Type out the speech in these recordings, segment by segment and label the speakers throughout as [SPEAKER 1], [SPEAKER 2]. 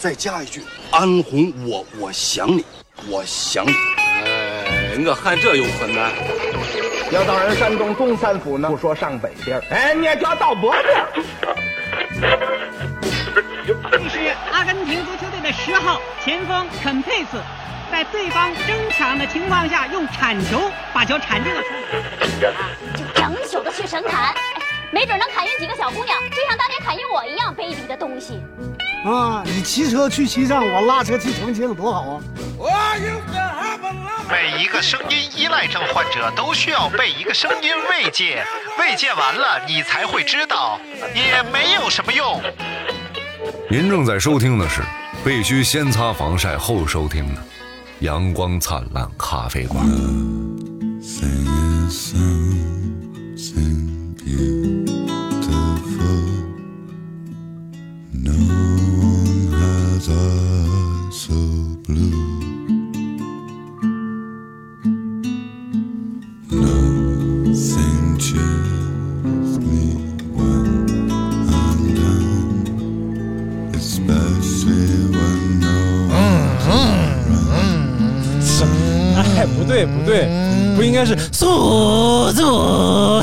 [SPEAKER 1] 再加一句：“安红，我我想你，我想你。
[SPEAKER 2] 哎，我看这有困难。
[SPEAKER 3] 要到人山东东三府呢，不说上北边儿，哎，你也叫到北边儿。
[SPEAKER 4] 阿根廷足球队的十号前锋肯佩斯，在对方争抢的情况下，用铲球把球铲进了出网。
[SPEAKER 5] 就整宿的去神砍，哎没准能砍晕几个小姑娘，就像当年砍晕我一样卑鄙的东西。
[SPEAKER 6] 啊，你骑车去西藏，我拉车去重庆，多好啊！
[SPEAKER 7] 每一个声音依赖症患者都需要被一个声音慰藉，慰藉完了，你才会知道，也没有什么用。
[SPEAKER 8] 您正在收听的是必须先擦防晒后收听的《阳光灿烂咖啡馆》。
[SPEAKER 9] 哎，不对不对，不应该是速度。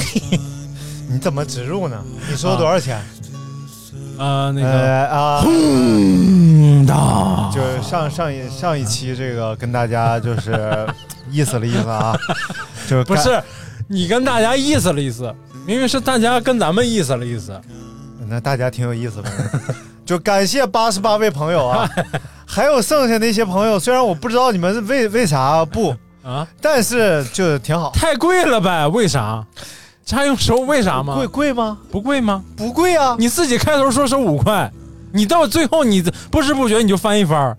[SPEAKER 10] 你怎么植入呢？你收多少钱？
[SPEAKER 9] 呃，那个
[SPEAKER 10] 呃啊，
[SPEAKER 9] 嗯的，
[SPEAKER 10] 就是呃上上一上一期这个跟大家就是呃意思了意 思啊，就是
[SPEAKER 9] 不
[SPEAKER 10] 干
[SPEAKER 9] 是你跟大家意思了意思，明明是大家跟咱们意思了意思。
[SPEAKER 10] 那大家挺有意思的，就感谢八十八位朋友啊，还有剩下那些朋友，虽然我不知道你们为为啥不
[SPEAKER 9] 啊，
[SPEAKER 10] 但是就挺好。
[SPEAKER 9] 太贵了呗？为啥？这还用收为啥吗？
[SPEAKER 10] 贵贵吗？
[SPEAKER 9] 不贵吗？
[SPEAKER 10] 不贵啊，
[SPEAKER 9] 你自己开头说收五块，你到最后你不知不觉你就翻一番儿，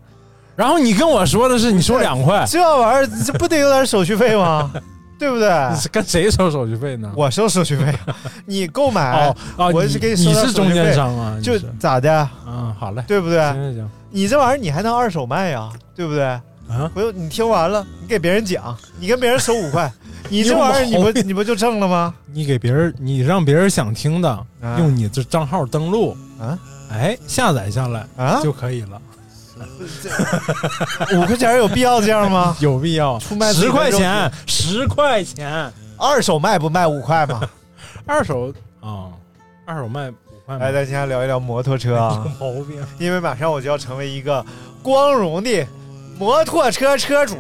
[SPEAKER 9] 然后你跟我说的是你收两块，
[SPEAKER 10] 这玩意儿这不得有点手续费 吗？对不对？
[SPEAKER 9] 你是跟谁收手续费呢？
[SPEAKER 10] 我收手续 费，你购买
[SPEAKER 9] 哦，哦，
[SPEAKER 10] 我
[SPEAKER 9] 你
[SPEAKER 10] 是给你收
[SPEAKER 9] 你
[SPEAKER 10] 点
[SPEAKER 9] 是中
[SPEAKER 10] 手续
[SPEAKER 9] 间
[SPEAKER 10] 费
[SPEAKER 9] 商啊？你
[SPEAKER 10] 就是咋的，
[SPEAKER 9] 嗯，好嘞，
[SPEAKER 10] 对不对？
[SPEAKER 9] 行行行，
[SPEAKER 10] 你这玩意儿你还能二手卖呀，对不对？
[SPEAKER 9] 啊，
[SPEAKER 10] 不用你听完了，你给别人讲，你跟别人收五 块，你这玩意儿你
[SPEAKER 9] 有毛
[SPEAKER 10] 不
[SPEAKER 9] 病
[SPEAKER 10] 你不就挣了吗？
[SPEAKER 9] 你给别人，你让别人想听的，
[SPEAKER 10] 啊
[SPEAKER 9] 用你这账号登录，
[SPEAKER 10] 啊，
[SPEAKER 9] 哎，下载下来
[SPEAKER 10] 啊，
[SPEAKER 9] 就可以了，？
[SPEAKER 10] 五块钱有必要这样吗
[SPEAKER 9] 有必要？
[SPEAKER 10] 出卖自己
[SPEAKER 9] 十
[SPEAKER 10] 的
[SPEAKER 9] 块
[SPEAKER 10] 肉
[SPEAKER 9] 钱，十块钱，
[SPEAKER 10] 二手卖不卖五块嘛？
[SPEAKER 9] 二手啊，二手卖五块吗，
[SPEAKER 10] 来，咱先聊一聊摩托车啊
[SPEAKER 9] 有，毛病。
[SPEAKER 10] 因为马上我就要成为一个光荣的 摩托车车主，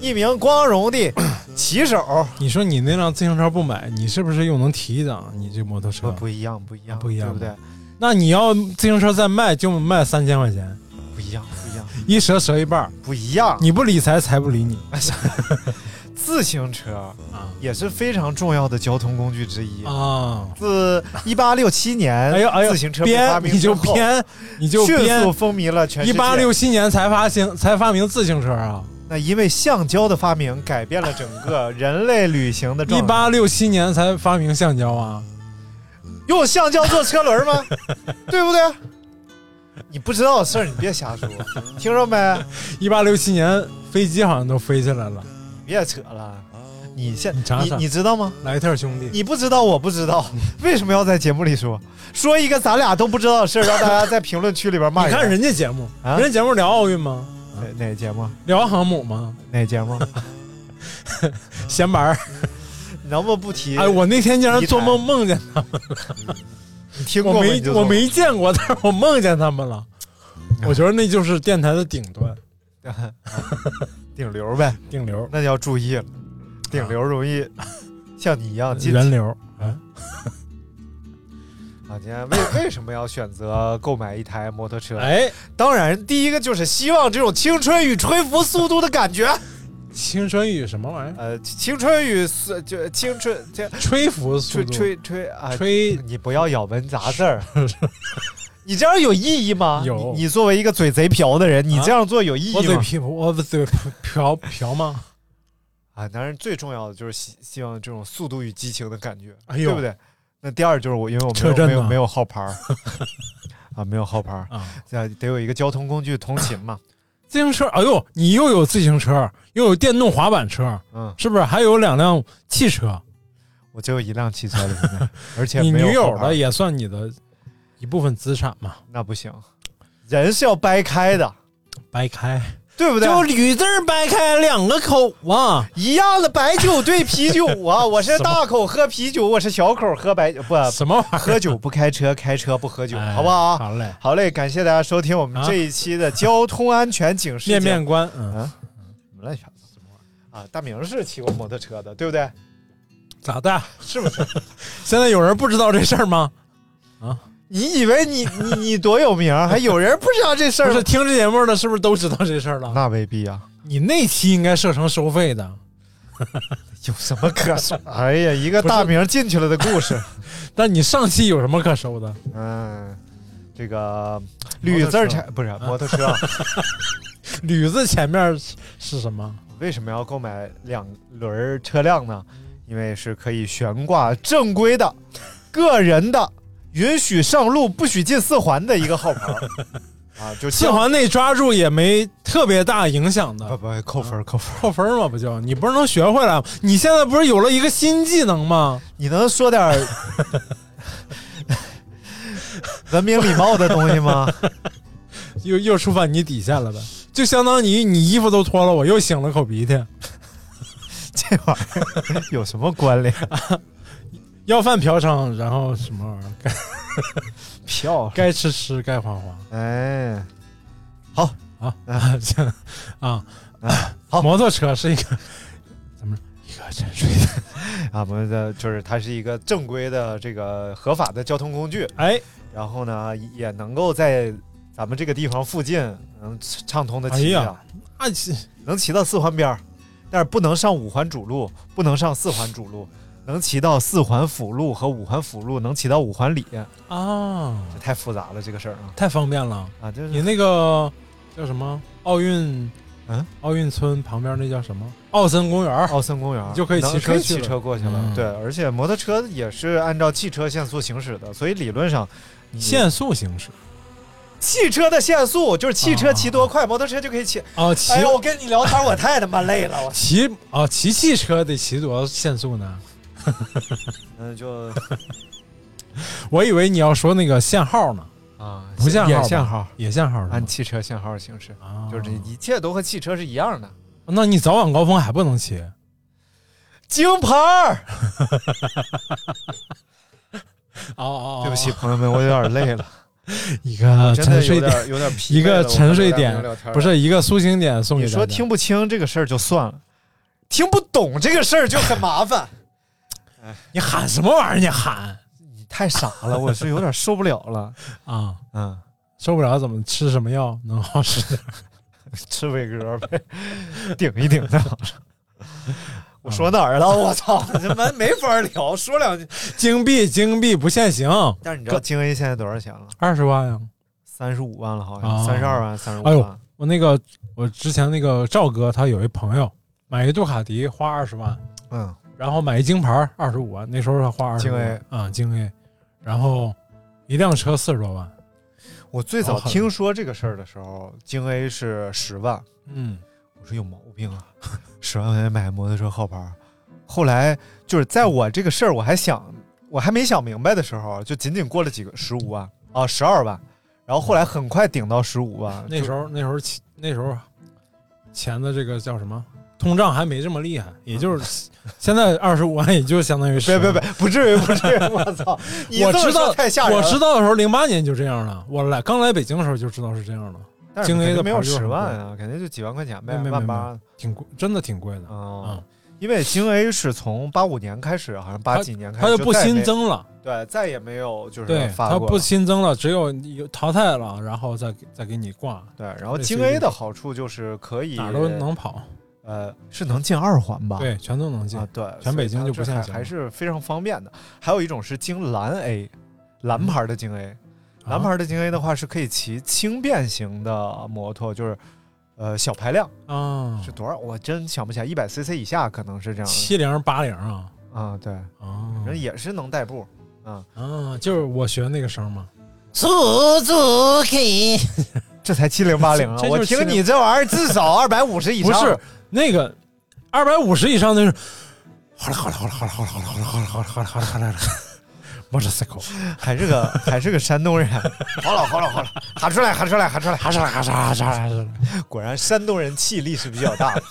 [SPEAKER 10] 一名光 荣的骑手。
[SPEAKER 9] 你说你那辆自行车不买，你是不是又能提一档？你这摩托车，
[SPEAKER 10] 呃不一样，不一样，
[SPEAKER 9] 不一样
[SPEAKER 10] 对不对？
[SPEAKER 9] 那你要自行车再卖，就卖三千块钱，
[SPEAKER 10] 不一样，不一样，
[SPEAKER 9] 一折折一半儿。
[SPEAKER 10] 不一样。
[SPEAKER 9] 你不理财，财不理你。
[SPEAKER 10] 自行车
[SPEAKER 9] 啊
[SPEAKER 10] 也是非常重要的交通工具之一。
[SPEAKER 9] 啊！
[SPEAKER 10] 自一八六七年，
[SPEAKER 9] 哎呦哎呦，
[SPEAKER 10] 自行车被发
[SPEAKER 9] 编
[SPEAKER 10] 明
[SPEAKER 9] 你就
[SPEAKER 10] 之后
[SPEAKER 9] 编，你就
[SPEAKER 10] 迅速
[SPEAKER 9] 编。
[SPEAKER 10] 风靡了全世
[SPEAKER 9] 一
[SPEAKER 10] 界。
[SPEAKER 9] 八六七年才发行，才发明自行车啊！
[SPEAKER 10] 那因为橡胶的发明，改变了整个人类旅行的
[SPEAKER 9] 一
[SPEAKER 10] 状态。
[SPEAKER 9] 八六七年才发明橡胶啊！
[SPEAKER 10] 用橡胶做车轮吗？ 对不对？你不知道的事儿，你别瞎 说，听着没？
[SPEAKER 9] 一八六七年飞机好像都飞起来了，
[SPEAKER 10] 你别扯了。你现
[SPEAKER 9] 哦你尝
[SPEAKER 10] 你
[SPEAKER 9] 尝
[SPEAKER 10] 你知道吗？
[SPEAKER 9] 莱特兄弟。
[SPEAKER 10] 你不知道，我不知道， 为什么要在节目里说说一个咱俩都不知道的事儿，让大家在评论区里边骂
[SPEAKER 9] 你看人家节目，
[SPEAKER 10] 啊
[SPEAKER 9] 人家节目聊奥运吗？
[SPEAKER 10] 哪哪节目？
[SPEAKER 9] 聊航母吗？
[SPEAKER 10] 哪节 目？
[SPEAKER 9] 闲白儿。
[SPEAKER 10] 你能不能不提？
[SPEAKER 9] 哎，我那天竟然做梦梦见
[SPEAKER 10] 你听过
[SPEAKER 9] 我
[SPEAKER 10] 吗
[SPEAKER 9] 没
[SPEAKER 10] 你就嗯
[SPEAKER 9] 我
[SPEAKER 10] 说
[SPEAKER 9] 没见过，但是我梦见他们了。我觉得那就是电台的顶端
[SPEAKER 10] 顶流呗，
[SPEAKER 9] 顶流，
[SPEAKER 10] 那就要注意了，顶流容易 像你一样进
[SPEAKER 9] 呃人流。啊，
[SPEAKER 10] 啊！今天为为什么要选择购买一台摩托车？
[SPEAKER 9] 哎，
[SPEAKER 10] 当然，第一个就是希望这种青春与吹拂速度的感觉。
[SPEAKER 9] 青春与什么玩意儿？
[SPEAKER 10] 呃，青春与速就青春，这
[SPEAKER 9] 吹拂速
[SPEAKER 10] 吹
[SPEAKER 9] 度，
[SPEAKER 10] 吹吹啊！
[SPEAKER 9] 吹
[SPEAKER 10] 你不要咬文嚼字儿，你这样有意义吗？
[SPEAKER 9] 有
[SPEAKER 10] 你你作为一个嘴贼瓢的人，你
[SPEAKER 9] 啊
[SPEAKER 10] 这样做有意
[SPEAKER 9] 我
[SPEAKER 10] 义
[SPEAKER 9] 嘴
[SPEAKER 10] 吗？
[SPEAKER 9] 皮，我嘴瓢瓢吗？
[SPEAKER 10] 啊，当然最重要的就是希希望这种速度与激情的感觉，
[SPEAKER 9] 哎呦
[SPEAKER 10] 对不对？那第二就是我，因为我没
[SPEAKER 9] 车
[SPEAKER 10] 有
[SPEAKER 9] 震
[SPEAKER 10] 没有
[SPEAKER 9] 呐
[SPEAKER 10] 没有号牌儿 啊，没有号牌儿，
[SPEAKER 9] 啊，
[SPEAKER 10] 啊，得有一个交通工具通勤嘛。
[SPEAKER 9] 自行车，哎呦，你又有自行车，又有电动滑板车，
[SPEAKER 10] 嗯，
[SPEAKER 9] 是不是？还有两辆汽车，
[SPEAKER 10] 我只有一辆汽车了， 现在而且
[SPEAKER 9] 你
[SPEAKER 10] 没
[SPEAKER 9] 女
[SPEAKER 10] 有
[SPEAKER 9] 友
[SPEAKER 10] 号牌
[SPEAKER 9] 的
[SPEAKER 10] 儿，
[SPEAKER 9] 也算你的一部分资产嘛？
[SPEAKER 10] 那不行，人是要掰开的，
[SPEAKER 9] 掰开，
[SPEAKER 10] 对不对？啊
[SPEAKER 9] 就吕字儿掰开两个口啊，
[SPEAKER 10] 一样的白酒兑啤 酒啊，我是大口喝啤酒，我是小口喝白 酒，不
[SPEAKER 9] 什么玩意儿？
[SPEAKER 10] 啊喝酒不开车，开车不喝酒，
[SPEAKER 9] 哎
[SPEAKER 10] 好不好？
[SPEAKER 9] 好嘞
[SPEAKER 10] 好嘞，感谢大家收听我们这一期的交通安全警示
[SPEAKER 9] 面
[SPEAKER 10] 节
[SPEAKER 9] 面
[SPEAKER 10] 目
[SPEAKER 9] 观，嗯，
[SPEAKER 10] 啊，什么乱七八糟什么玩意儿啊？大明是骑过摩托车的，对不对？
[SPEAKER 9] 咋的？
[SPEAKER 10] 是不是？
[SPEAKER 9] 现在有人不知道这事儿吗？
[SPEAKER 10] 你以为你你你多有名啊 儿，还有人不知道这事
[SPEAKER 9] 不
[SPEAKER 10] 儿
[SPEAKER 9] 是？听这节目的，是不是都知道这事儿了？
[SPEAKER 10] 那未必啊，
[SPEAKER 9] 你那期应该设成收费的，
[SPEAKER 10] 有什么可 说？哎呀，一个大明进去了的故事，
[SPEAKER 9] 但你上期有什么可收的？
[SPEAKER 10] 嗯。这个吕字儿
[SPEAKER 9] 摩托车嗯
[SPEAKER 10] 产不是摩托 车，
[SPEAKER 9] 吕字前面是是什么？
[SPEAKER 10] 为什么要购买两轮儿车辆呢？因为是可以悬挂正规的、个人的、允许上路、不许进四环的一个号 牌儿啊，就
[SPEAKER 9] 四环内抓住也没特别大影响
[SPEAKER 10] 不
[SPEAKER 9] 的，啊
[SPEAKER 10] 不扣分儿扣分儿。
[SPEAKER 9] 扣分吗？不就你不是能学会了吗？你现在不是有了一个新技能吗？
[SPEAKER 10] 你能说点 儿文明礼貌的东西 吗？
[SPEAKER 9] 又又触犯你底线了呗？就相当于你衣服都脱了，我又擤了口鼻涕，
[SPEAKER 10] 这玩意儿有什么关联？
[SPEAKER 9] 要饭嫖娼，然后什么玩意儿？该
[SPEAKER 10] 票
[SPEAKER 9] 该吃吃，该花花
[SPEAKER 10] 哎，
[SPEAKER 9] 啊！这啊，
[SPEAKER 10] 好
[SPEAKER 9] 摩托车是一个怎么说一个沉睡的？
[SPEAKER 10] 啊，我们的就是它是一个正规的这个合法的交通工具，
[SPEAKER 9] 哎，
[SPEAKER 10] 然后呢也能够在咱们这个地方附近能畅通的骑
[SPEAKER 9] 哎呀
[SPEAKER 10] 着，
[SPEAKER 9] 那这
[SPEAKER 10] 能骑到四环边儿，但是不能上五环主路，不能上四环主路，能骑到四环辅路和五环辅路，能骑到五环里，这
[SPEAKER 9] 啊，
[SPEAKER 10] 太复杂了这个事儿啊
[SPEAKER 9] 太方便了。
[SPEAKER 10] 啊，这
[SPEAKER 9] 你
[SPEAKER 10] 是
[SPEAKER 9] 那个叫什么奥运？
[SPEAKER 10] 嗯，
[SPEAKER 9] 奥运村旁边那叫什么？奥森公园儿。
[SPEAKER 10] 奥森公园
[SPEAKER 9] 你就可以
[SPEAKER 10] 能
[SPEAKER 9] 骑车
[SPEAKER 10] 可以
[SPEAKER 9] 去
[SPEAKER 10] 骑
[SPEAKER 9] 了
[SPEAKER 10] 车过去了，
[SPEAKER 9] 嗯
[SPEAKER 10] 对，而且摩托车也是按照汽车限速行驶的，所以理论上你
[SPEAKER 9] 限速行驶
[SPEAKER 10] 汽车的限速就是汽车
[SPEAKER 9] 啊
[SPEAKER 10] 骑多快，摩托车就可以骑。
[SPEAKER 9] 啊，骑
[SPEAKER 10] 哎呦，我跟你聊天，我太他妈累了，我
[SPEAKER 9] 骑啊，骑汽车得骑多少限速呢？
[SPEAKER 10] 嗯就
[SPEAKER 9] 我以为你要说那个限号呢，
[SPEAKER 10] 啊
[SPEAKER 9] 不限号吧，嗯
[SPEAKER 10] 也限号，
[SPEAKER 9] 也限号是吧
[SPEAKER 10] 按汽车限号行驶，
[SPEAKER 9] 啊
[SPEAKER 10] 就是这一切都和汽车是一样的。
[SPEAKER 9] 那你早晚高峰还不能骑，
[SPEAKER 10] 京牌儿，
[SPEAKER 9] 哦哦
[SPEAKER 10] 对不 起，，朋友们，我有点累了，
[SPEAKER 9] 一个
[SPEAKER 10] 真的
[SPEAKER 9] 沉
[SPEAKER 10] 有
[SPEAKER 9] 睡点，
[SPEAKER 10] 点有点疲惫了。
[SPEAKER 9] 一个沉睡点
[SPEAKER 10] 我跟大家聊天，了
[SPEAKER 9] 不，是一个苏醒点送给
[SPEAKER 10] 你
[SPEAKER 9] 大家。
[SPEAKER 10] 说听不清这个事儿就算了，听不懂这个事儿就很麻烦。
[SPEAKER 9] 你喊什么玩意儿？你喊
[SPEAKER 10] 你 太傻了，我是有点受不了了。
[SPEAKER 9] 啊，
[SPEAKER 10] 嗯，
[SPEAKER 9] 受不了怎么吃什么药能好使点？
[SPEAKER 10] 吃伟哥 呗，顶一顶再好 我说哪儿了？我 操，这没没法聊，说两句。
[SPEAKER 9] 金币金币不限行，
[SPEAKER 10] 但是你知道京 A 现在多少钱了？
[SPEAKER 9] 二十万啊呀！
[SPEAKER 10] 三十五万了，好像
[SPEAKER 9] 啊
[SPEAKER 10] 三十二万、三十五
[SPEAKER 9] 哎
[SPEAKER 10] 万
[SPEAKER 9] 呦。我那个我之前那个赵哥，他有一朋友买一杜卡迪花二十万，
[SPEAKER 10] 嗯，
[SPEAKER 9] 然后买一金牌二十五万，那时候他花二十
[SPEAKER 10] 京 A
[SPEAKER 9] 啊京 A，然后一辆车四十多万，
[SPEAKER 10] 我最早
[SPEAKER 9] 好狠
[SPEAKER 10] 听说这个事儿的时候，京 A 是十万，
[SPEAKER 9] 嗯，
[SPEAKER 10] 我说有毛病啊， 十万块钱买个摩托车号牌儿。后来就是在我这个事儿我还想我还没想明白的时候，就仅仅过了几个十五万啊十二万，然后后来很快顶到十五万。
[SPEAKER 9] 嗯那时候那时候起那时候钱的这个叫什么通胀还没这么厉害，也就是 现在二十五万也就相当于
[SPEAKER 10] 别
[SPEAKER 9] 十。
[SPEAKER 10] 别别，不至于不至于， 我操！你
[SPEAKER 9] 我
[SPEAKER 10] 这么
[SPEAKER 9] 知
[SPEAKER 10] 说
[SPEAKER 9] 道
[SPEAKER 10] 太吓人
[SPEAKER 9] 我
[SPEAKER 10] 了。
[SPEAKER 9] 知道的时候，零八年就这样了。我来刚来北京的时候就知道是这样了，
[SPEAKER 10] 但是
[SPEAKER 9] 京
[SPEAKER 10] 肯
[SPEAKER 9] A
[SPEAKER 10] 定
[SPEAKER 9] 的
[SPEAKER 10] 没有
[SPEAKER 9] 牌就
[SPEAKER 10] 十
[SPEAKER 9] 很
[SPEAKER 10] 万啊，肯定就几万块钱呗，
[SPEAKER 9] 没没
[SPEAKER 10] 万
[SPEAKER 9] 没
[SPEAKER 10] 八
[SPEAKER 9] 挺贵，真的挺贵的。
[SPEAKER 10] 啊
[SPEAKER 9] 嗯。
[SPEAKER 10] 因为京 A 是从八五年开始，好像八几年开始
[SPEAKER 9] 它就不
[SPEAKER 10] 再也没
[SPEAKER 9] 新，增了，
[SPEAKER 10] 对，再也没有就是
[SPEAKER 9] 对，
[SPEAKER 10] 发
[SPEAKER 9] 它
[SPEAKER 10] 过
[SPEAKER 9] 不
[SPEAKER 10] 了。
[SPEAKER 9] 新增了，只有你有淘汰了，然后再给再给你挂，
[SPEAKER 10] 对，然后
[SPEAKER 9] 类似于
[SPEAKER 10] 京 A 的好处就是可以
[SPEAKER 9] 哪儿都能跑，
[SPEAKER 10] 呃，是能进二环吧？
[SPEAKER 9] 对，全都能进
[SPEAKER 10] 啊，，对，
[SPEAKER 9] 全北京
[SPEAKER 10] 所以它
[SPEAKER 9] 就不
[SPEAKER 10] 这还
[SPEAKER 9] 限行
[SPEAKER 10] 还是非常方便的。还有一种是京蓝 A，蓝
[SPEAKER 9] 嗯
[SPEAKER 10] 牌的京 A，、蓝
[SPEAKER 9] 啊
[SPEAKER 10] 牌的京 A 的话是可以骑轻便型的摩托，就是呃小排量
[SPEAKER 9] 啊
[SPEAKER 10] 是，多少？我真想不起来，一百 CC 以下可能是这样的
[SPEAKER 9] 七零八零啊，
[SPEAKER 10] 啊、对，
[SPEAKER 9] 啊，
[SPEAKER 10] 反正也是能代步。
[SPEAKER 9] 啊，就是我学那个声嘛，
[SPEAKER 10] 这才七零八零啊！
[SPEAKER 9] 这
[SPEAKER 10] 我
[SPEAKER 9] 就是
[SPEAKER 10] 听
[SPEAKER 9] 70
[SPEAKER 10] 你这玩意儿至少二百五十以上。
[SPEAKER 9] 不是那个二百五十以上那是，好了好了好了好了好了好了好了好了好了好了好了好了， motorcycle，
[SPEAKER 10] 还 是个还是个山东人，好了好了好了，喊出来喊出来喊出来，
[SPEAKER 9] 哈嚓哈嚓哈嚓哈嚓，
[SPEAKER 10] 果然山东人气力是比较大的。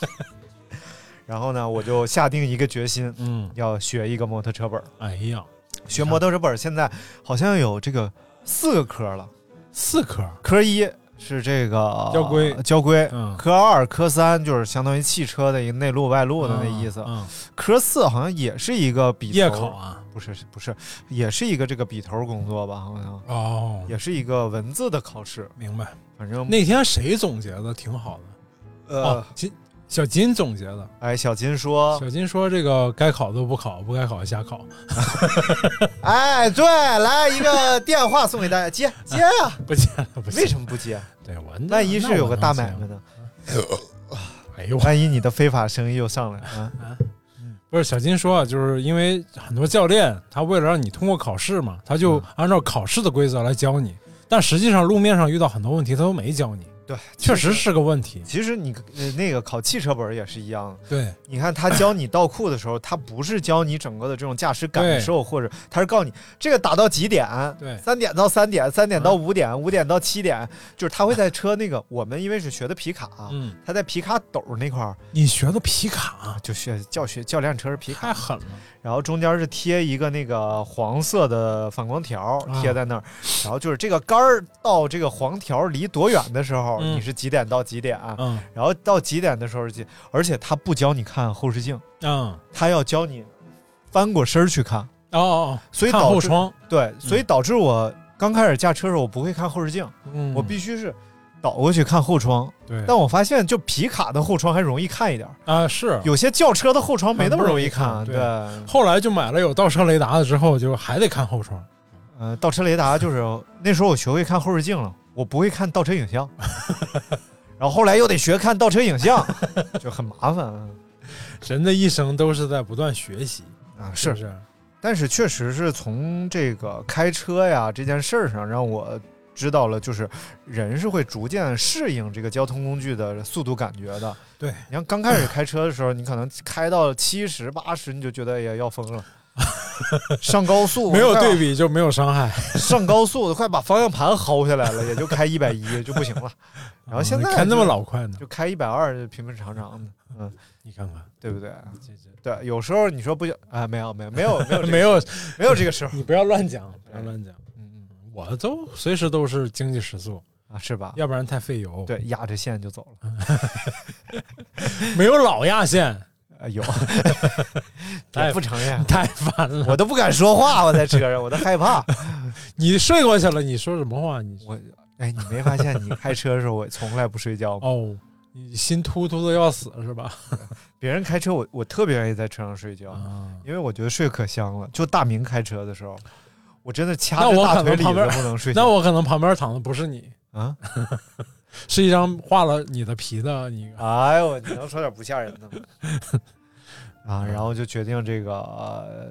[SPEAKER 10] 然后呢，我就下定一个决心，
[SPEAKER 9] 嗯，
[SPEAKER 10] 要学一个摩托车本儿。
[SPEAKER 9] 哎呀，
[SPEAKER 10] 学摩托车本儿现在好像有这个四个科了，
[SPEAKER 9] 四颗，
[SPEAKER 10] 科一是这个
[SPEAKER 9] 交规
[SPEAKER 10] 交规，
[SPEAKER 9] 嗯
[SPEAKER 10] 科二、科三就是相当于汽车的一个内路外路的那意思。
[SPEAKER 9] 嗯，
[SPEAKER 10] 科四好像也是一个笔头
[SPEAKER 9] 夜考啊，
[SPEAKER 10] 不是不是，也是一个这个笔头工作吧，好像
[SPEAKER 9] 哦，
[SPEAKER 10] 也是一个文字的考试，
[SPEAKER 9] 明白。
[SPEAKER 10] 反正
[SPEAKER 9] 那天谁总结的挺好的？
[SPEAKER 10] 呃
[SPEAKER 9] 哦，，金小金总结的。
[SPEAKER 10] 哎，小金说，
[SPEAKER 9] 小金说：“这个该考的不考，不该考的瞎考，
[SPEAKER 10] 哎，对，来一个电话送给大家，接接呀、
[SPEAKER 9] 不接了，啊不接。”
[SPEAKER 10] 为什么不接？
[SPEAKER 9] 对我
[SPEAKER 10] 万一是有个大买卖
[SPEAKER 9] 卖。
[SPEAKER 10] 呢？
[SPEAKER 9] 哎呦，
[SPEAKER 10] 万一你的非法生意又上来了、啊？
[SPEAKER 9] 不是小金说，啊，就是因为很多教练他为了让你通过考试嘛，他
[SPEAKER 10] 嗯
[SPEAKER 9] 就按照考试的规则来教你，但实际上路面上遇到很多问题他都没教你，
[SPEAKER 10] 对，
[SPEAKER 9] 确实是个问题。
[SPEAKER 10] 其实你呃那个考汽车本儿也是一样的，
[SPEAKER 9] 对，
[SPEAKER 10] 你看他教你倒库的时候，他不是教你整个的这种驾驶感受，或者他是告诉你这个打到几点，
[SPEAKER 9] 对嗯
[SPEAKER 10] 三点到三点，三点到五点，五点到七点，就是他会在车那个我们因为是学的皮卡，啊
[SPEAKER 9] 嗯，
[SPEAKER 10] 他在皮卡斗那块儿
[SPEAKER 9] 你学的皮卡
[SPEAKER 10] 啊
[SPEAKER 9] 啊
[SPEAKER 10] 就学教学教练车是皮卡，
[SPEAKER 9] 太狠了，
[SPEAKER 10] 然后中间是贴一个那个黄色的反光条
[SPEAKER 9] 啊
[SPEAKER 10] 贴在那儿，然后就是这个杆儿到这个黄条离多远的时候，
[SPEAKER 9] 嗯
[SPEAKER 10] 你是几点到几点、啊，
[SPEAKER 9] 嗯
[SPEAKER 10] 然后到几点的时候就，而且他不教你看后视镜，
[SPEAKER 9] 嗯，
[SPEAKER 10] 他要教你翻过身儿去看，
[SPEAKER 9] 哦哦，
[SPEAKER 10] 所以
[SPEAKER 9] 看
[SPEAKER 10] 导
[SPEAKER 9] 后
[SPEAKER 10] 致
[SPEAKER 9] 窗，
[SPEAKER 10] 对，所以导致我刚开始驾车的时候我不会看后视镜，
[SPEAKER 9] 嗯，
[SPEAKER 10] 我必须是倒过去看后窗。
[SPEAKER 9] 对，
[SPEAKER 10] 但我发现就皮卡的后窗还容易看一点儿，
[SPEAKER 9] 啊是，
[SPEAKER 10] 有些轿车的后窗没那么容易看。
[SPEAKER 9] 很不
[SPEAKER 10] 对，
[SPEAKER 9] 容易后来就买了有倒车雷达的之后，就还得看后窗，
[SPEAKER 10] 呃，倒车雷达就是那时候我学会看后视镜了，我不会看倒车影 像，然后后来又得学看倒车影像，就很麻烦啊。
[SPEAKER 9] 人的一生都是在不断学习，
[SPEAKER 10] 啊
[SPEAKER 9] 是不
[SPEAKER 10] 是，
[SPEAKER 9] 是？
[SPEAKER 10] 但是确实是从这个开车呀这件事儿上，让我知道了，就是人是会逐渐适应这个交通工具的速度感觉的。
[SPEAKER 9] 对
[SPEAKER 10] 你像刚开始开车的时候，你可能开到七十、八十，你就觉得也要疯了。 上高速
[SPEAKER 9] 没有
[SPEAKER 10] 快把
[SPEAKER 9] 对，比就没有伤害。
[SPEAKER 10] 上高速快把方向盘薅下来了，也就开一百 一就不行了。然后现在
[SPEAKER 9] 你哦嗯看那
[SPEAKER 10] 就
[SPEAKER 9] 么老快呢，
[SPEAKER 10] 就开一百二，平平常常的，嗯，
[SPEAKER 9] 你看看
[SPEAKER 10] 对不对？
[SPEAKER 9] 这这
[SPEAKER 10] 对，有时候你说不行啊，没有没有没有没有
[SPEAKER 9] 没有，
[SPEAKER 10] 没有这个时候，
[SPEAKER 9] 你不要乱讲，不要乱讲。
[SPEAKER 10] 嗯嗯
[SPEAKER 9] 我都随时都是经济时速，
[SPEAKER 10] 啊是吧？
[SPEAKER 9] 要不嗯然太费油。，
[SPEAKER 10] 对，压着线就走了。
[SPEAKER 9] 没有老压线，
[SPEAKER 10] 啊， 有，
[SPEAKER 9] 太哎
[SPEAKER 10] 也不承 认，
[SPEAKER 9] 太烦了。
[SPEAKER 10] 我都不敢说话，我在车上，我都害怕。
[SPEAKER 9] 你睡过去了，你说什么话？你
[SPEAKER 10] 我，哎，你没发现你开车的时候我从来不睡觉吗？
[SPEAKER 9] 哦，你心突突的要死是吧？
[SPEAKER 10] 别人开车我我特别愿意在车上睡觉，
[SPEAKER 9] 啊，
[SPEAKER 10] 因为我觉得睡可香了。就大明开车的时候，我真的掐
[SPEAKER 9] 那
[SPEAKER 10] 着
[SPEAKER 9] 我
[SPEAKER 10] 大
[SPEAKER 9] 可
[SPEAKER 10] 腿里
[SPEAKER 9] 能
[SPEAKER 10] 子
[SPEAKER 9] 旁边
[SPEAKER 10] 不能睡觉。
[SPEAKER 9] 那我可能旁边躺的不是你，
[SPEAKER 10] 啊，
[SPEAKER 9] 是一张画了你的皮的你。
[SPEAKER 10] 哎呦，你能说点不吓人的吗？ 啊，然后就决定这个、呃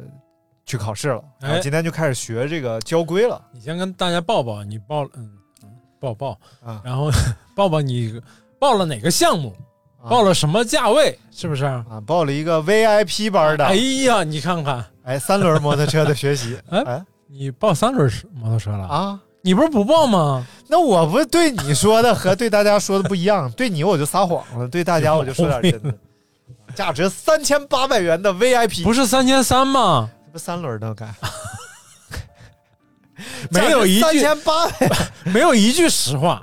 [SPEAKER 10] 去考试了，然后
[SPEAKER 9] 哎
[SPEAKER 10] 今天就开始学这个交规了。
[SPEAKER 9] 你先跟大家报报，你报嗯嗯报报
[SPEAKER 10] 啊，
[SPEAKER 9] 然后 报报你报了哪个项目，
[SPEAKER 10] 啊
[SPEAKER 9] 报了什么价位，是不是？
[SPEAKER 10] 啊，报了一个 VIP 班的，
[SPEAKER 9] 哎呀，你看看，，
[SPEAKER 10] 哎，三轮摩托车的学习
[SPEAKER 9] 哎
[SPEAKER 10] 哎
[SPEAKER 9] 你报三轮摩托车了？
[SPEAKER 10] 啊，
[SPEAKER 9] 你不是不报吗？
[SPEAKER 10] 那我不对你说的和对大家说的不一样，对你我就撒谎了，对大 家我就说点真的。价值三千八百元的 VIP，
[SPEAKER 9] 不是三千三吗？，
[SPEAKER 10] 这不三轮的该
[SPEAKER 9] 没有一句
[SPEAKER 10] 三千八 百。
[SPEAKER 9] 没有一句实话。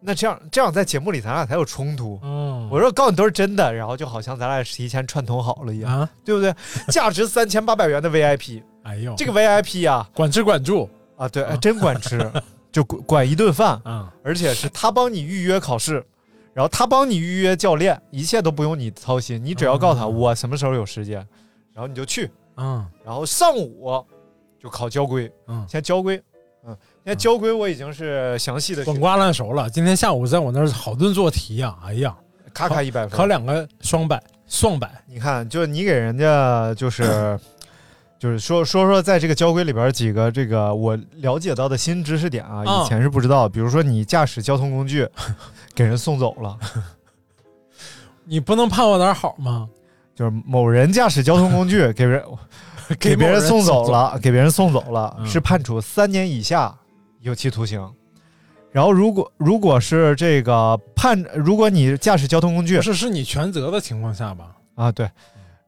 [SPEAKER 10] 那这样这样在节目里咱俩才有冲突。
[SPEAKER 9] 嗯，
[SPEAKER 10] 我说告诉你都是真的，然后就好像咱俩提前串通好了一样，
[SPEAKER 9] 啊，
[SPEAKER 10] 对不对？价值三千八百元的 VIP，
[SPEAKER 9] 哎呦，
[SPEAKER 10] 这个 VIP 啊
[SPEAKER 9] 管吃管住
[SPEAKER 10] 啊，对，哎真管吃，就管管一顿饭，
[SPEAKER 9] 啊，
[SPEAKER 10] 而且 是他帮你预约考试，然后他帮你预约教练，一切都不用你操心，你只要告诉他
[SPEAKER 9] 嗯
[SPEAKER 10] 我什么时候有时间，然后你就去，
[SPEAKER 9] 嗯
[SPEAKER 10] 然后上午就考交规，
[SPEAKER 9] 嗯，
[SPEAKER 10] 现在交规，嗯，现在交规我已经是详细的
[SPEAKER 9] 滚瓜烂熟了。今天下午在我那儿好顿做题呀、哎呀，
[SPEAKER 10] 咔咔一百分，
[SPEAKER 9] 考两个双百、双百，
[SPEAKER 10] 你看，就是你给人家就是就是说说说，在这个交规里边几个这个我了解到的新知识点啊，
[SPEAKER 9] 嗯
[SPEAKER 10] 以前是不知道的。比如说，你驾驶交通工具给人送走了，
[SPEAKER 9] 你不能盼我点好吗？
[SPEAKER 10] 就是某人驾驶交通工具给 人
[SPEAKER 9] 给
[SPEAKER 10] 给别人送走了， 给别人送走了，
[SPEAKER 9] 嗯
[SPEAKER 10] 是判处三年以下有期徒刑。然后，如果如果是这个判，如果你驾驶交通工具
[SPEAKER 9] 不是是你全责的情况下吧？
[SPEAKER 10] 啊，对，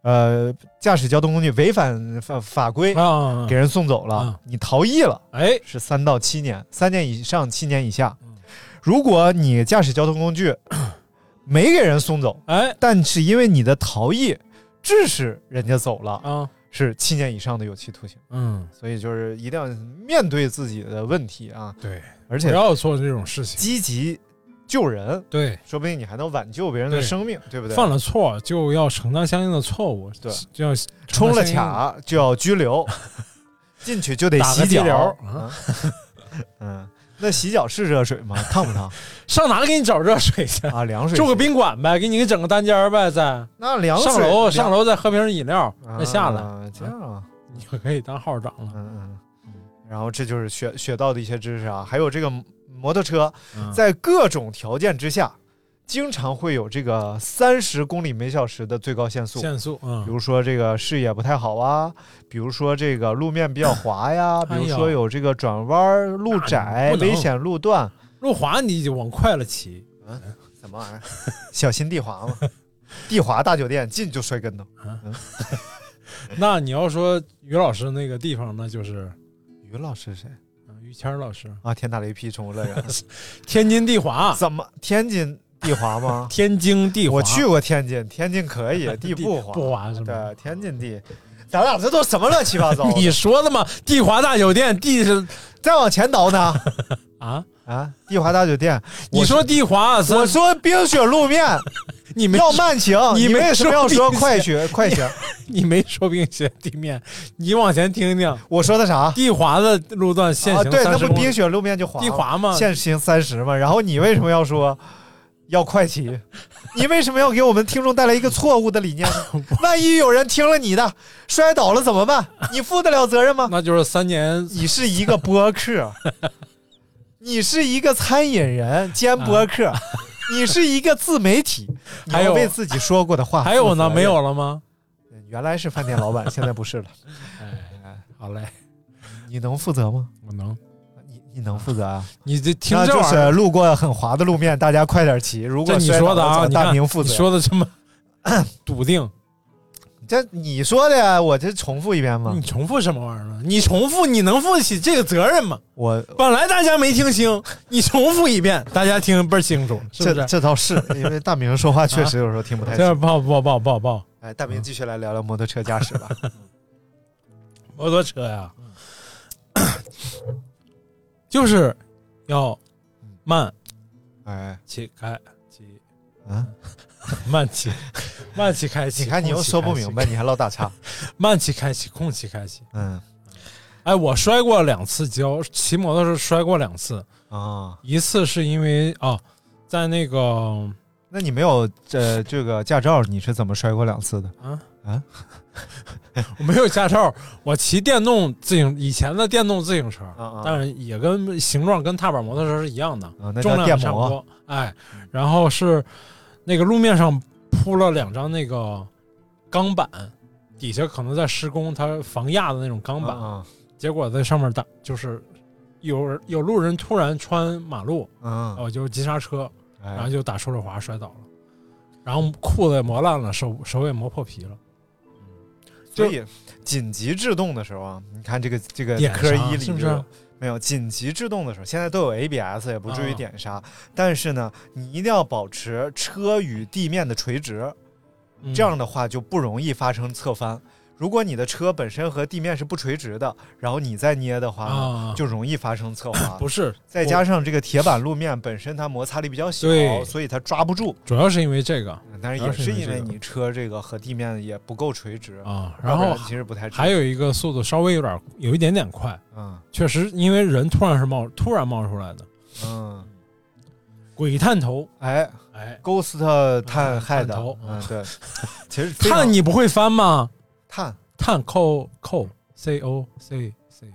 [SPEAKER 10] 呃，驾驶交通工具违反法法规
[SPEAKER 9] 啊，
[SPEAKER 10] 给人送走了
[SPEAKER 9] 嗯，
[SPEAKER 10] 你逃逸了，
[SPEAKER 9] 哎，
[SPEAKER 10] 是三到七年，三年以上，七年以下
[SPEAKER 9] 嗯。
[SPEAKER 10] 如果你驾驶交通工具没给人送走，
[SPEAKER 9] 哎
[SPEAKER 10] 但是因为你的逃逸致使人家走了，
[SPEAKER 9] 啊，
[SPEAKER 10] 是七年以上的有期徒刑。
[SPEAKER 9] 嗯，
[SPEAKER 10] 所以就是一定要面对自己的问题啊，
[SPEAKER 9] 对，
[SPEAKER 10] 而
[SPEAKER 9] 不
[SPEAKER 10] 且
[SPEAKER 9] 要做这种事情。
[SPEAKER 10] 积极救人，
[SPEAKER 9] 对，
[SPEAKER 10] 说不定你还能挽救别人的
[SPEAKER 9] 对
[SPEAKER 10] 生命，对不对？
[SPEAKER 9] 犯了错就要承担相应的错误，
[SPEAKER 10] 对
[SPEAKER 9] 就要
[SPEAKER 10] 充
[SPEAKER 9] 充
[SPEAKER 10] 了，卡就要拘留， 进去就得洗
[SPEAKER 9] 打个激
[SPEAKER 10] 脚
[SPEAKER 9] 流。
[SPEAKER 10] 嗯 嗯，那洗脚是热水吗？烫不 烫？
[SPEAKER 9] 上哪儿给你找热水去？
[SPEAKER 10] 啊，凉水。
[SPEAKER 9] 住个宾馆呗，给你给整个单间儿呗，再
[SPEAKER 10] 那凉水
[SPEAKER 9] 上楼上楼再喝瓶饮料，
[SPEAKER 10] 凉
[SPEAKER 9] 再下来，
[SPEAKER 10] 啊这样啊，
[SPEAKER 9] 你就可以当号长了。
[SPEAKER 10] 嗯嗯。然后这就是学学到的一些知识啊，还有这个摩托车，
[SPEAKER 9] 嗯
[SPEAKER 10] 在各种条件之下，经常会有这个三十公里每小时的最高限速。
[SPEAKER 9] 限速，嗯
[SPEAKER 10] 比，如说这个视野不太好啊，比如说这个路面比较滑呀，比
[SPEAKER 9] 哎呦哎
[SPEAKER 10] 如说有这个转弯儿路窄、
[SPEAKER 9] 不能
[SPEAKER 10] 危险路段，
[SPEAKER 9] 路滑你就往快了骑，
[SPEAKER 10] 什么玩意儿？ 小心地滑嘛，地滑大酒店进就摔跟头。
[SPEAKER 9] 那你要说于老师那个地方，那就是
[SPEAKER 10] 于老师谁
[SPEAKER 9] 嗯于谦儿老师，
[SPEAKER 10] 啊？天打雷劈宠物乐 园，
[SPEAKER 9] 天津地滑，？
[SPEAKER 10] 怎么天津地滑吗
[SPEAKER 9] 天津地滑，
[SPEAKER 10] 我去过天津，天津可以，
[SPEAKER 9] 地
[SPEAKER 10] 不滑，
[SPEAKER 9] 不滑是吗
[SPEAKER 10] 对，天津地，咱俩这都什么乱七八糟的？
[SPEAKER 9] 你说的嘛，地滑大酒店，地是
[SPEAKER 10] 再往前倒呢？
[SPEAKER 9] 啊，
[SPEAKER 10] 啊，地滑大酒店，
[SPEAKER 9] 你
[SPEAKER 10] 我
[SPEAKER 9] 说地滑，啊
[SPEAKER 10] 我
[SPEAKER 9] 咱
[SPEAKER 10] 说冰雪路面
[SPEAKER 9] 你没
[SPEAKER 10] 要
[SPEAKER 9] 说
[SPEAKER 10] 慢行，
[SPEAKER 9] 你
[SPEAKER 10] 你
[SPEAKER 9] 没
[SPEAKER 10] 为什么
[SPEAKER 9] 说
[SPEAKER 10] 要说
[SPEAKER 9] 冰
[SPEAKER 10] 快
[SPEAKER 9] 雪
[SPEAKER 10] 雪快雪？
[SPEAKER 9] 你没说冰雪地面，你往前听听，
[SPEAKER 10] 我说的啥？
[SPEAKER 9] 地滑的路段限
[SPEAKER 10] 啊，
[SPEAKER 9] 行
[SPEAKER 10] 对，那
[SPEAKER 9] 30
[SPEAKER 10] 不
[SPEAKER 9] 公里
[SPEAKER 10] 冰雪路面就滑
[SPEAKER 9] 地
[SPEAKER 10] 了
[SPEAKER 9] 滑吗？
[SPEAKER 10] 限行三十嘛。然后你为什么要说要快骑？你为什么要给我们听众带来一个错误的理念呢？万一有人听了你的摔倒了怎么办？你负得了责任吗？
[SPEAKER 9] 那就是三年
[SPEAKER 10] 你是一个播客，你是一个餐饮人兼播客，你是一个自媒体，你
[SPEAKER 9] 还
[SPEAKER 10] 要
[SPEAKER 9] 有
[SPEAKER 10] 为自己说过的话。
[SPEAKER 9] 还有呢？没有
[SPEAKER 10] 了，
[SPEAKER 9] 了吗？
[SPEAKER 10] 原来是饭店老板，现在不是了。
[SPEAKER 9] 好嘞，
[SPEAKER 10] 你能负责吗？
[SPEAKER 9] 我能。
[SPEAKER 10] 你你能负责啊？
[SPEAKER 9] 你这听
[SPEAKER 10] 那
[SPEAKER 9] 这
[SPEAKER 10] 就
[SPEAKER 9] 玩意儿，
[SPEAKER 10] 是路过很滑的路面，大家快点骑。如果
[SPEAKER 9] 这你
[SPEAKER 10] 摔倒
[SPEAKER 9] 说的
[SPEAKER 10] 了
[SPEAKER 9] 啊，
[SPEAKER 10] 找
[SPEAKER 9] 你
[SPEAKER 10] 大
[SPEAKER 9] 看
[SPEAKER 10] 明负
[SPEAKER 9] 你
[SPEAKER 10] 责。
[SPEAKER 9] 说 的这么笃定，
[SPEAKER 10] 这你说的呀，我这重复一遍吗
[SPEAKER 9] 你？重复什么玩意儿呢？你重复，你能负得起这个责任吗？
[SPEAKER 10] 我
[SPEAKER 9] 本来大家没听清，你重复一遍，大家听倍儿清楚，是啊不
[SPEAKER 10] 这
[SPEAKER 9] 是？
[SPEAKER 10] 这倒 是，因为大明说话确实有时候听不太
[SPEAKER 9] 这
[SPEAKER 10] 清。
[SPEAKER 9] 报报报报报
[SPEAKER 10] 哎，大明继续来聊聊摩托车驾驶 吧。
[SPEAKER 9] 摩托车呀，
[SPEAKER 10] 嗯
[SPEAKER 9] 就是要慢
[SPEAKER 10] 哎，
[SPEAKER 9] 起开起
[SPEAKER 10] 啊，
[SPEAKER 9] 慢起慢起开起。
[SPEAKER 10] 你看你又
[SPEAKER 9] 空起
[SPEAKER 10] 说不
[SPEAKER 9] 开起
[SPEAKER 10] 明白，你还老打岔。
[SPEAKER 9] 慢起开起空起开起。
[SPEAKER 10] 嗯
[SPEAKER 9] 哎，我摔过两次跤，骑摩托车摔过两次，
[SPEAKER 10] 啊，
[SPEAKER 9] 一次是因为啊、在那个
[SPEAKER 10] 那你没有这这个驾照，你是怎么摔过两次的？
[SPEAKER 9] 我没有驾照，我骑电动自行以前的电动自行车，
[SPEAKER 10] 啊
[SPEAKER 9] 但是也跟形状跟踏板摩托车是一样的，
[SPEAKER 10] 啊，嗯那
[SPEAKER 9] 重
[SPEAKER 10] 叫
[SPEAKER 9] 量也
[SPEAKER 10] 电
[SPEAKER 9] 差不
[SPEAKER 10] 摩
[SPEAKER 9] 多。哎，然后是那个路面上铺了两张那个钢板，底下可能在施工，它防压的那种钢板，
[SPEAKER 10] 啊
[SPEAKER 9] 结果在上面打就是。有人有路人突然穿马路，
[SPEAKER 10] 啊，嗯
[SPEAKER 9] 我就急刹车，哦然后
[SPEAKER 10] 哎
[SPEAKER 9] 就打手手滑摔倒了，然后裤子也磨烂了，手手也磨破皮了。
[SPEAKER 10] 所以紧急制动的时候啊，你看这个这个
[SPEAKER 9] 点
[SPEAKER 10] 科
[SPEAKER 9] 刹
[SPEAKER 10] 一里
[SPEAKER 9] 是不
[SPEAKER 10] 就是有没有紧急制动的时候，现在都有 ABS，也不至于
[SPEAKER 9] 啊
[SPEAKER 10] 点刹。但是呢，你一定要保持车与地面的垂直，
[SPEAKER 9] 嗯
[SPEAKER 10] 这样的话就不容易发生侧翻。如果你的车本身和地面是不垂直的，然后你再捏的话呢，
[SPEAKER 9] 啊，
[SPEAKER 10] 就容易发生侧滑。
[SPEAKER 9] 不是，
[SPEAKER 10] 再加上这个铁板路面本身它摩擦力比较小
[SPEAKER 9] 对，
[SPEAKER 10] 所以它抓不住。
[SPEAKER 9] 主要是因为这个
[SPEAKER 10] 但是
[SPEAKER 9] 主
[SPEAKER 10] 也
[SPEAKER 9] 要是
[SPEAKER 10] 是因
[SPEAKER 9] 因为
[SPEAKER 10] 为
[SPEAKER 9] 这个
[SPEAKER 10] 你车这个和地面也不够垂直，
[SPEAKER 9] 啊，
[SPEAKER 10] 要
[SPEAKER 9] 然
[SPEAKER 10] 不
[SPEAKER 9] 后
[SPEAKER 10] 其实不太
[SPEAKER 9] 还有一个速度稍微有点有一点点快，
[SPEAKER 10] 嗯
[SPEAKER 9] 确实因为人突然是冒突然冒出来的
[SPEAKER 10] 嗯，
[SPEAKER 9] 鬼探头，
[SPEAKER 10] 哎
[SPEAKER 9] 哎，
[SPEAKER 10] ，Ghost 碳
[SPEAKER 9] 嗯
[SPEAKER 10] 氦
[SPEAKER 9] 探
[SPEAKER 10] 的
[SPEAKER 9] 头，
[SPEAKER 10] 嗯，对， 其实非常
[SPEAKER 9] 碳你不会翻吗？
[SPEAKER 10] 碳
[SPEAKER 9] 碳扣扣 c o c c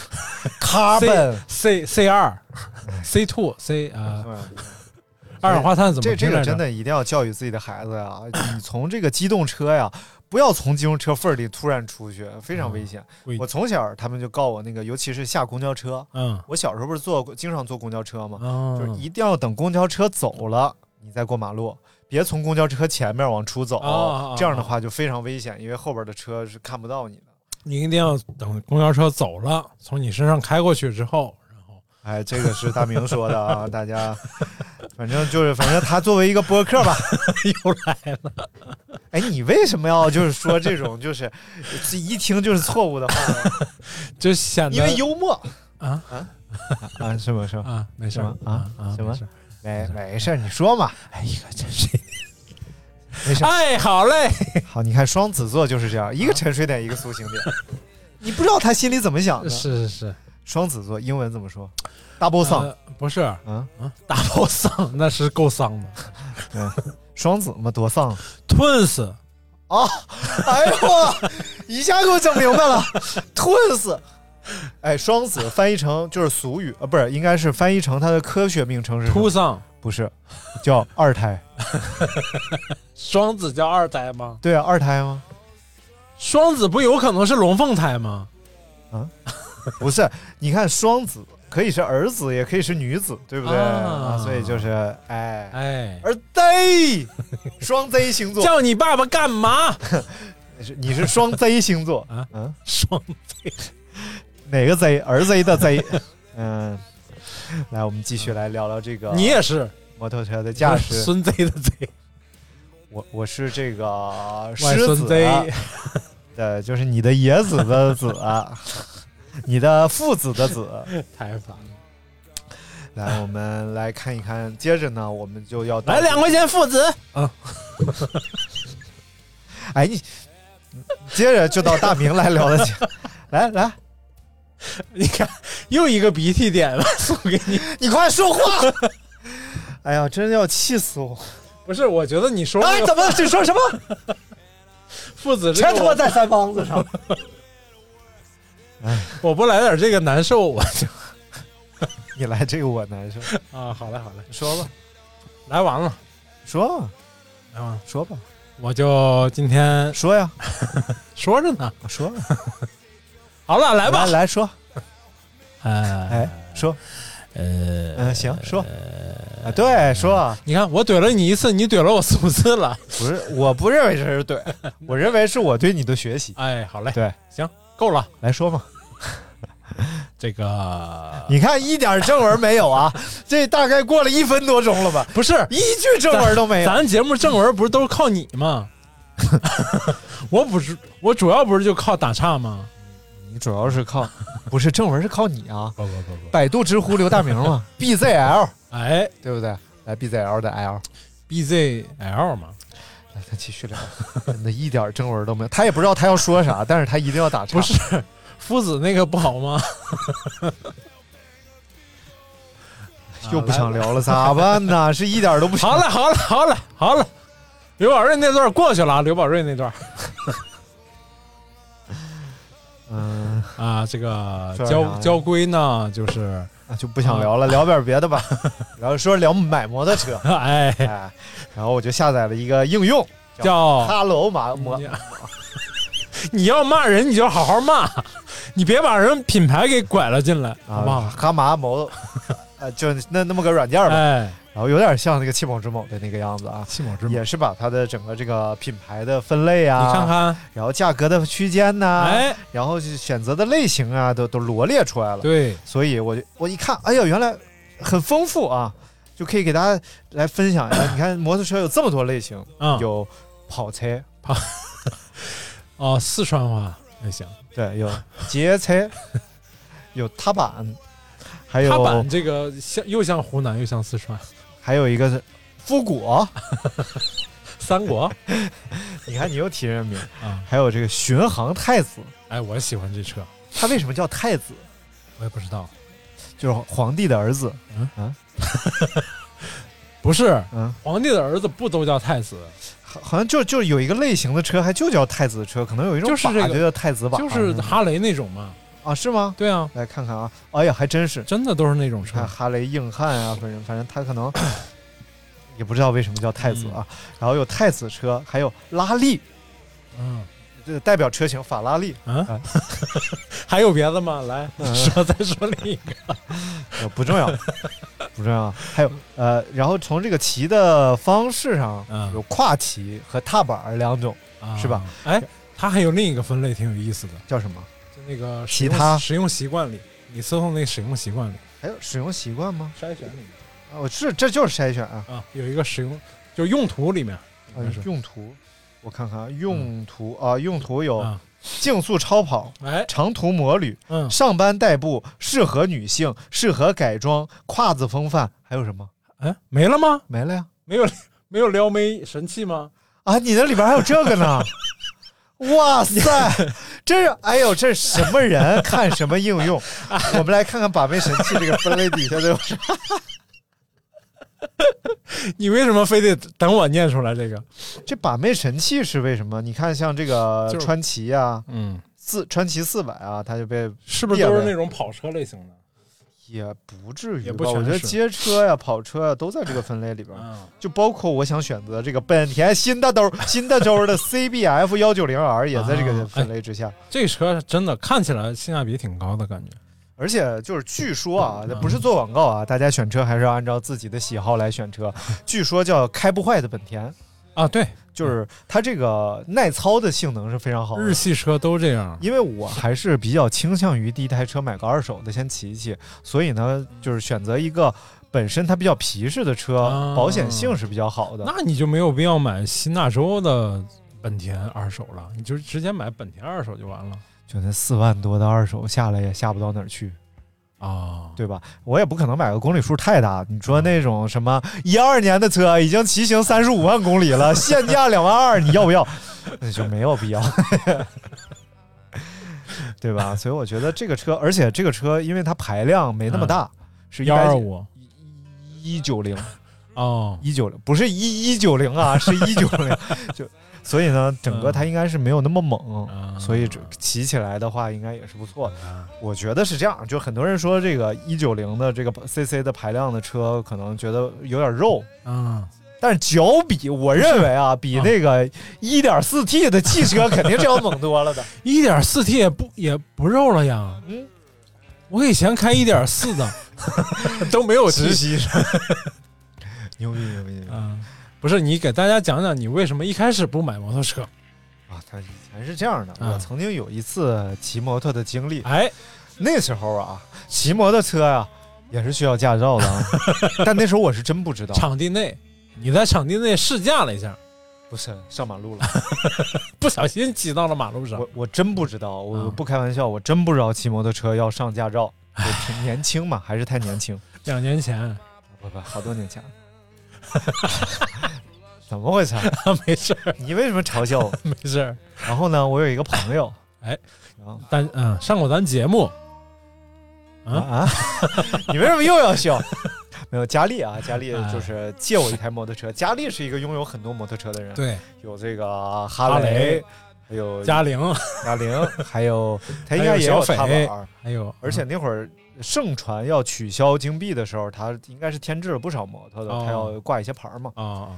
[SPEAKER 10] carbon
[SPEAKER 9] c c 二 c two c 啊，呃二氧化碳怎么
[SPEAKER 10] 嗯这这
[SPEAKER 9] 拼来
[SPEAKER 10] 个
[SPEAKER 9] 着
[SPEAKER 10] 真的一定要教育自己的孩子呀！你从这个机动车呀，不要从机动车缝儿里突然出去，非常
[SPEAKER 9] 嗯
[SPEAKER 10] 危险。
[SPEAKER 9] 会
[SPEAKER 10] 我从小他们就告我那个，尤其是下公交车，
[SPEAKER 9] 嗯
[SPEAKER 10] 我小时候不是坐过经常坐公交车吗？
[SPEAKER 9] 啊
[SPEAKER 10] 哦就是一定要等公交车走了，你再过马路，别从公交车前面往出走，
[SPEAKER 9] 啊啊啊啊
[SPEAKER 10] 这样的话就非常危险，因为后边的车是看不到你的。
[SPEAKER 9] 你一定要等公交车走了，从你身上开过去之后，
[SPEAKER 10] 哎，这个是大明说的啊，大家，反正就是，反正他作为一个播客吧，
[SPEAKER 9] 又来了。
[SPEAKER 10] 哎，你为什么要就是说这种就是这一听就是错误的话呢？
[SPEAKER 9] 就显得
[SPEAKER 10] 因为幽默
[SPEAKER 9] 啊
[SPEAKER 10] 啊啊，是吗？是吗？
[SPEAKER 9] 啊，没事儿
[SPEAKER 10] 什么啊
[SPEAKER 9] 啊，
[SPEAKER 10] 什么
[SPEAKER 9] 没事儿
[SPEAKER 10] 没没事儿，你说嘛，
[SPEAKER 9] 哎呀，真是，
[SPEAKER 10] 没事儿。
[SPEAKER 9] 哎，好嘞，
[SPEAKER 10] 好，你看双子座就是这样，一个沉睡点，一个苏醒点。你不知道他心里怎么想的。
[SPEAKER 9] 是是是，
[SPEAKER 10] 双子座英文怎么说？Double
[SPEAKER 9] 丧
[SPEAKER 10] sun
[SPEAKER 9] 不是啊
[SPEAKER 10] 啊，
[SPEAKER 9] 大包丧 那是够丧的呃
[SPEAKER 10] 嗯双子嘛多丧。
[SPEAKER 9] ，Twins
[SPEAKER 10] 啊！哎呦，一下给我整明白了，twins。哎，双子翻译成就是俗语啊，不是，应该是翻译成它的科学名称是什么
[SPEAKER 9] 秃丧，
[SPEAKER 10] 不是，叫二胎。
[SPEAKER 9] 双子叫二胎吗？
[SPEAKER 10] 对啊，二胎吗？
[SPEAKER 9] 双子不有可能是龙凤胎吗？
[SPEAKER 10] 不是，你看双子可以是儿子，也可以是女子，对不对？
[SPEAKER 9] 啊
[SPEAKER 10] 啊所以就是哎，
[SPEAKER 9] 哎，
[SPEAKER 10] 儿 Z，双 Z 星座，
[SPEAKER 9] 叫你爸爸干嘛？
[SPEAKER 10] 你是你是双 Z 星座
[SPEAKER 9] 啊
[SPEAKER 10] 嗯，
[SPEAKER 9] 双
[SPEAKER 10] 哪个 Z？儿 Z 的 Z。嗯，来，我们继续来聊聊这个
[SPEAKER 9] 你也是
[SPEAKER 10] 摩托车的驾驶。
[SPEAKER 9] 孙贼的贼，
[SPEAKER 10] 我我是这个
[SPEAKER 9] 外
[SPEAKER 10] 狮
[SPEAKER 9] 孙
[SPEAKER 10] 子，啊
[SPEAKER 9] 贼，
[SPEAKER 10] 对，就是你的野子的子， 你的父子的子。
[SPEAKER 9] 太烦了。
[SPEAKER 10] 来，我们来看一看，接着呢，我们就要到
[SPEAKER 9] 来两块钱父子，
[SPEAKER 10] 哎，你接着就到大明来聊了去。 来来，
[SPEAKER 9] 你看又一个鼻涕点了，送给你。
[SPEAKER 10] 你快说话！ 哎呀，真要气死我！
[SPEAKER 9] 不是，我觉得你说
[SPEAKER 10] 哎
[SPEAKER 9] 那，个
[SPEAKER 10] 怎么这说什么？
[SPEAKER 9] 父子这
[SPEAKER 10] 全
[SPEAKER 9] 个
[SPEAKER 10] 他
[SPEAKER 9] 我
[SPEAKER 10] 妈在腮帮子上。
[SPEAKER 9] 哎我不来点这个难受，啊我就
[SPEAKER 10] 你来这个我难受，
[SPEAKER 9] 啊，好嘞好嘞，
[SPEAKER 10] 说吧，
[SPEAKER 9] 来完了，
[SPEAKER 10] 说吧，
[SPEAKER 9] 来完了，
[SPEAKER 10] 说吧，
[SPEAKER 9] 我就今天
[SPEAKER 10] 说呀，
[SPEAKER 9] 说着呢。
[SPEAKER 10] 说吧，
[SPEAKER 9] 好了，来吧
[SPEAKER 10] 来，来说，
[SPEAKER 9] 哎，
[SPEAKER 10] 哎，说，
[SPEAKER 9] 呃，
[SPEAKER 10] 嗯，行，说，啊，对，说，
[SPEAKER 9] 你看我怼了你一次，你怼了我四五次了。
[SPEAKER 10] 不是，我不认为这是 对，我认为是我对你的学习。
[SPEAKER 9] 哎，好嘞，
[SPEAKER 10] 对，
[SPEAKER 9] 行，够了，
[SPEAKER 10] 来说嘛，
[SPEAKER 9] 这个
[SPEAKER 10] 你看一点正文没有啊？ 这大概过了一分多钟了吧？
[SPEAKER 9] 不是
[SPEAKER 10] 一句正文都没有。
[SPEAKER 9] 咱节目正文不是都是靠你吗？ 我不是，我主要不是就靠打岔吗？
[SPEAKER 10] 你主要是靠， 不是正文是靠你啊？
[SPEAKER 9] 不不不不，
[SPEAKER 10] 百度知乎刘大明 嘛，BZL
[SPEAKER 9] 哎
[SPEAKER 10] 对不对？来 BZL 的 L，
[SPEAKER 9] ，BZL 嘛，
[SPEAKER 10] 来他哎继续聊， 真的一点正文都没有。他也不知道他要说 啥，但是他一定要打岔。
[SPEAKER 9] 不是父子那个不好吗？
[SPEAKER 10] 又不想聊了，咋办呢？是一点都不想
[SPEAKER 9] 好了，好了，好了，好了，刘宝瑞那段过去了啊，刘宝瑞那段
[SPEAKER 10] 嗯，
[SPEAKER 9] 啊，这个
[SPEAKER 10] 说点啥
[SPEAKER 9] 交
[SPEAKER 10] 呀
[SPEAKER 9] 交规呢，就是，
[SPEAKER 10] 啊就不想聊了，聊点别的吧。 然后说聊买摩托车
[SPEAKER 9] 哎，
[SPEAKER 10] 哎，然后我就下载了一个应用
[SPEAKER 9] 叫
[SPEAKER 10] ，Hello 马啊摩
[SPEAKER 9] 你 你要骂人，你就好好骂，你别把人品牌给拐了进来，好不
[SPEAKER 10] 啊，
[SPEAKER 9] 好？
[SPEAKER 10] 哈马 摩，呃，就那那么个软件吧，
[SPEAKER 9] 哎，
[SPEAKER 10] 然后有点像那个七宝之某的那个样子啊。
[SPEAKER 9] 气某之母，
[SPEAKER 10] 也是把它的整个这个品牌的分类啊，
[SPEAKER 9] 你看，看，
[SPEAKER 10] 然后价格的区间呐、
[SPEAKER 9] 哎，
[SPEAKER 10] 然后就选择的类型啊，都都罗列出来了。
[SPEAKER 9] 对，
[SPEAKER 10] 所以我就我一看，哎呀，原来很丰富啊，就可以给大家来分享一下。你看摩托车有这么多类型，
[SPEAKER 9] 嗯，
[SPEAKER 10] 有跑车，
[SPEAKER 9] 哦，四川话还行，
[SPEAKER 10] 对，有街车， 有踏板，还
[SPEAKER 9] 踏
[SPEAKER 10] 有
[SPEAKER 9] 板这个像又像湖南又像四川，
[SPEAKER 10] 还有一个是复古，
[SPEAKER 9] 三 国，
[SPEAKER 10] 你看你又提人名
[SPEAKER 9] 嗯，
[SPEAKER 10] 还有这个巡航太子，
[SPEAKER 9] 哎，我喜欢这车，
[SPEAKER 10] 他为什么叫太子？
[SPEAKER 9] 我也不知道，
[SPEAKER 10] 就是皇帝的儿子，
[SPEAKER 9] 不是
[SPEAKER 10] 嗯，
[SPEAKER 9] 皇帝的儿子不都叫太子，
[SPEAKER 10] 好好像就就有一个类型的车，还就叫太子车，可能有一种
[SPEAKER 9] 就是这个
[SPEAKER 10] 法叫太子法，
[SPEAKER 9] 就是哈雷那种嘛，
[SPEAKER 10] 啊，是吗？
[SPEAKER 9] 对啊，
[SPEAKER 10] 来看看啊，哎呀，还真是，
[SPEAKER 9] 真的都是那种车
[SPEAKER 10] 看，哈雷硬汉啊，反正反正他可能也不知道为什么叫太子啊。然后有太子车，还有拉力，
[SPEAKER 9] 嗯
[SPEAKER 10] 这代表车型法拉利。
[SPEAKER 9] 啊， 还有别的吗？来
[SPEAKER 10] 嗯
[SPEAKER 9] 说再说另一个，
[SPEAKER 10] 呃，不重要， 不重要。还有呃，然后从这个骑的方式上，
[SPEAKER 9] 嗯
[SPEAKER 10] 有跨骑和踏板儿两种，
[SPEAKER 9] 啊
[SPEAKER 10] 是吧？
[SPEAKER 9] 哎，它还有另一个分类挺有意思的，
[SPEAKER 10] 叫什么？
[SPEAKER 9] 就那个
[SPEAKER 10] 其
[SPEAKER 9] 使用
[SPEAKER 10] 他
[SPEAKER 9] 使用习惯里，你搜搜那个使用习惯里
[SPEAKER 10] 还有使用习惯吗？
[SPEAKER 9] 筛选里面
[SPEAKER 10] 啊，我这这就是筛选啊，
[SPEAKER 9] 啊，有一个使用就是用途里面
[SPEAKER 10] 啊
[SPEAKER 9] 嗯应该是嗯
[SPEAKER 10] 用途，我看看啊，用途啊，用途有
[SPEAKER 9] 啊，
[SPEAKER 10] 竞速超跑、
[SPEAKER 9] 哎，
[SPEAKER 10] 长途摩旅、
[SPEAKER 9] 嗯，
[SPEAKER 10] 上班代步、适合女性、适合改装、胯子风范，还有什么？
[SPEAKER 9] 哎，没了吗？
[SPEAKER 10] 没了呀？
[SPEAKER 9] 没有 没有撩妹神器吗？
[SPEAKER 10] 啊，你那里边还有这个 呢？哇塞，这是哎呦，这是什么人看什么应用？我们来看看把妹神器这个分类底下 都有啥。
[SPEAKER 9] 你为什么非得等我念出来这个？
[SPEAKER 10] 这把妹神器是为什么？你看像这个
[SPEAKER 9] 就是
[SPEAKER 10] 川崎啊，
[SPEAKER 9] 嗯，
[SPEAKER 10] 四川崎四百啊，它就被
[SPEAKER 9] 是不是
[SPEAKER 10] 列
[SPEAKER 9] 都是
[SPEAKER 10] 为
[SPEAKER 9] 那种跑车类型的？
[SPEAKER 10] 也不至于
[SPEAKER 9] 也
[SPEAKER 10] 吧？
[SPEAKER 9] 不
[SPEAKER 10] 我
[SPEAKER 9] 全
[SPEAKER 10] 觉得
[SPEAKER 9] 是
[SPEAKER 10] 街车呀、跑车呀都在这个分类里边儿，
[SPEAKER 9] 嗯，
[SPEAKER 10] 就包括我想选择这个本田新大洲新大洲的 CBF 幺九零 R 也在这个
[SPEAKER 9] 啊哎
[SPEAKER 10] 分类之下。
[SPEAKER 9] 这车真的看起来性价比挺高的感觉。
[SPEAKER 10] 而且就是据说啊，
[SPEAKER 9] 嗯
[SPEAKER 10] 这不是做广告啊，大家选车还是要按照自己的喜好来选 车。据说叫开不坏的本田，
[SPEAKER 9] 啊，对，
[SPEAKER 10] 就是它这个耐操的性能是非常好的。
[SPEAKER 9] 日系车都这样。
[SPEAKER 10] 因为我还是比较倾向于第一台车买个二手的先骑一骑，所以呢，就是选择一个本身它比较皮实的车，
[SPEAKER 9] 啊
[SPEAKER 10] 保险性是比较好的。
[SPEAKER 9] 那你就没有必要买新纳州的本田二手了，你就直接买本田二手就完了
[SPEAKER 10] 就那四万多的二手下来也下不到哪儿去，
[SPEAKER 9] 啊。
[SPEAKER 10] 对吧？我也不可能买个公里数太大。你说那种什么一二年的车已经骑行三十五万公里了，现价两万二，你要不要？那就没有必要， 对吧？所以我觉得这个车，而且这个车因为它排量没那么大，是
[SPEAKER 9] 幺嗯二
[SPEAKER 10] 120
[SPEAKER 9] 五
[SPEAKER 10] 一九零
[SPEAKER 9] 哦，
[SPEAKER 10] 一九零，不是一一九零 啊，是一九零，就所以呢，整个
[SPEAKER 9] 嗯
[SPEAKER 10] 它应该是没有那么猛，
[SPEAKER 9] 啊
[SPEAKER 10] 所以这骑起来的话应该也是不错的。我觉得是这样，就很多人说这个一九零的这个 CC 的排量的车，可能觉得有点肉。
[SPEAKER 9] 啊，
[SPEAKER 10] 但是脚比，我认为啊，比那个一点四 T 的汽车肯定是要猛多了 的。
[SPEAKER 9] 一点四 T 也不也不肉了呀。
[SPEAKER 10] 嗯
[SPEAKER 9] 我以前开一点四的 都没有
[SPEAKER 10] 实
[SPEAKER 9] 直
[SPEAKER 10] 习生， 牛逼牛逼牛逼！
[SPEAKER 9] 啊。不是你给大家讲讲你为什么一开始不买摩托车？
[SPEAKER 10] 啊，他以前是这样的，
[SPEAKER 9] 嗯
[SPEAKER 10] 我曾经有一次骑摩托的经历，
[SPEAKER 9] 哎，
[SPEAKER 10] 那时候啊，骑摩托车呀、也是需要驾照的， 啊。但那时候我是真不知道，
[SPEAKER 9] 场地内，你在场地内试驾了一下，
[SPEAKER 10] 不是上马路了，
[SPEAKER 9] 不小心挤到了马路上
[SPEAKER 10] 我我真不知道，我
[SPEAKER 9] 嗯
[SPEAKER 10] 不开玩笑，我真不知道骑摩托车要上驾照，我挺年轻嘛，还是太年轻，
[SPEAKER 9] 两年前，
[SPEAKER 10] 不不，好多年前了。 怎么回事？
[SPEAKER 9] 没事儿，
[SPEAKER 10] 你为什么嘲笑我？
[SPEAKER 9] 没事儿。
[SPEAKER 10] 然后呢，我有一个朋友，
[SPEAKER 9] 哎，
[SPEAKER 10] 然后
[SPEAKER 9] 但嗯，上过咱节目，
[SPEAKER 10] 啊啊！你为什么又要 笑？没有佳丽啊，佳丽就是借我一台摩托车。佳丽是一个拥有很多摩托车的人，
[SPEAKER 9] 对，
[SPEAKER 10] 有这个哈
[SPEAKER 9] 哈
[SPEAKER 10] 雷
[SPEAKER 9] 雷，
[SPEAKER 10] 还有
[SPEAKER 9] 嘉玲，
[SPEAKER 10] 嘉玲，还 有他应该也有踏
[SPEAKER 9] 还有
[SPEAKER 10] 板
[SPEAKER 9] 小哎
[SPEAKER 10] 儿。
[SPEAKER 9] 还有，
[SPEAKER 10] 而且那会儿盛传要取消金币的时候，他应该是添置了不少摩托的，
[SPEAKER 9] 哦
[SPEAKER 10] 他要挂一些牌儿嘛。
[SPEAKER 9] 啊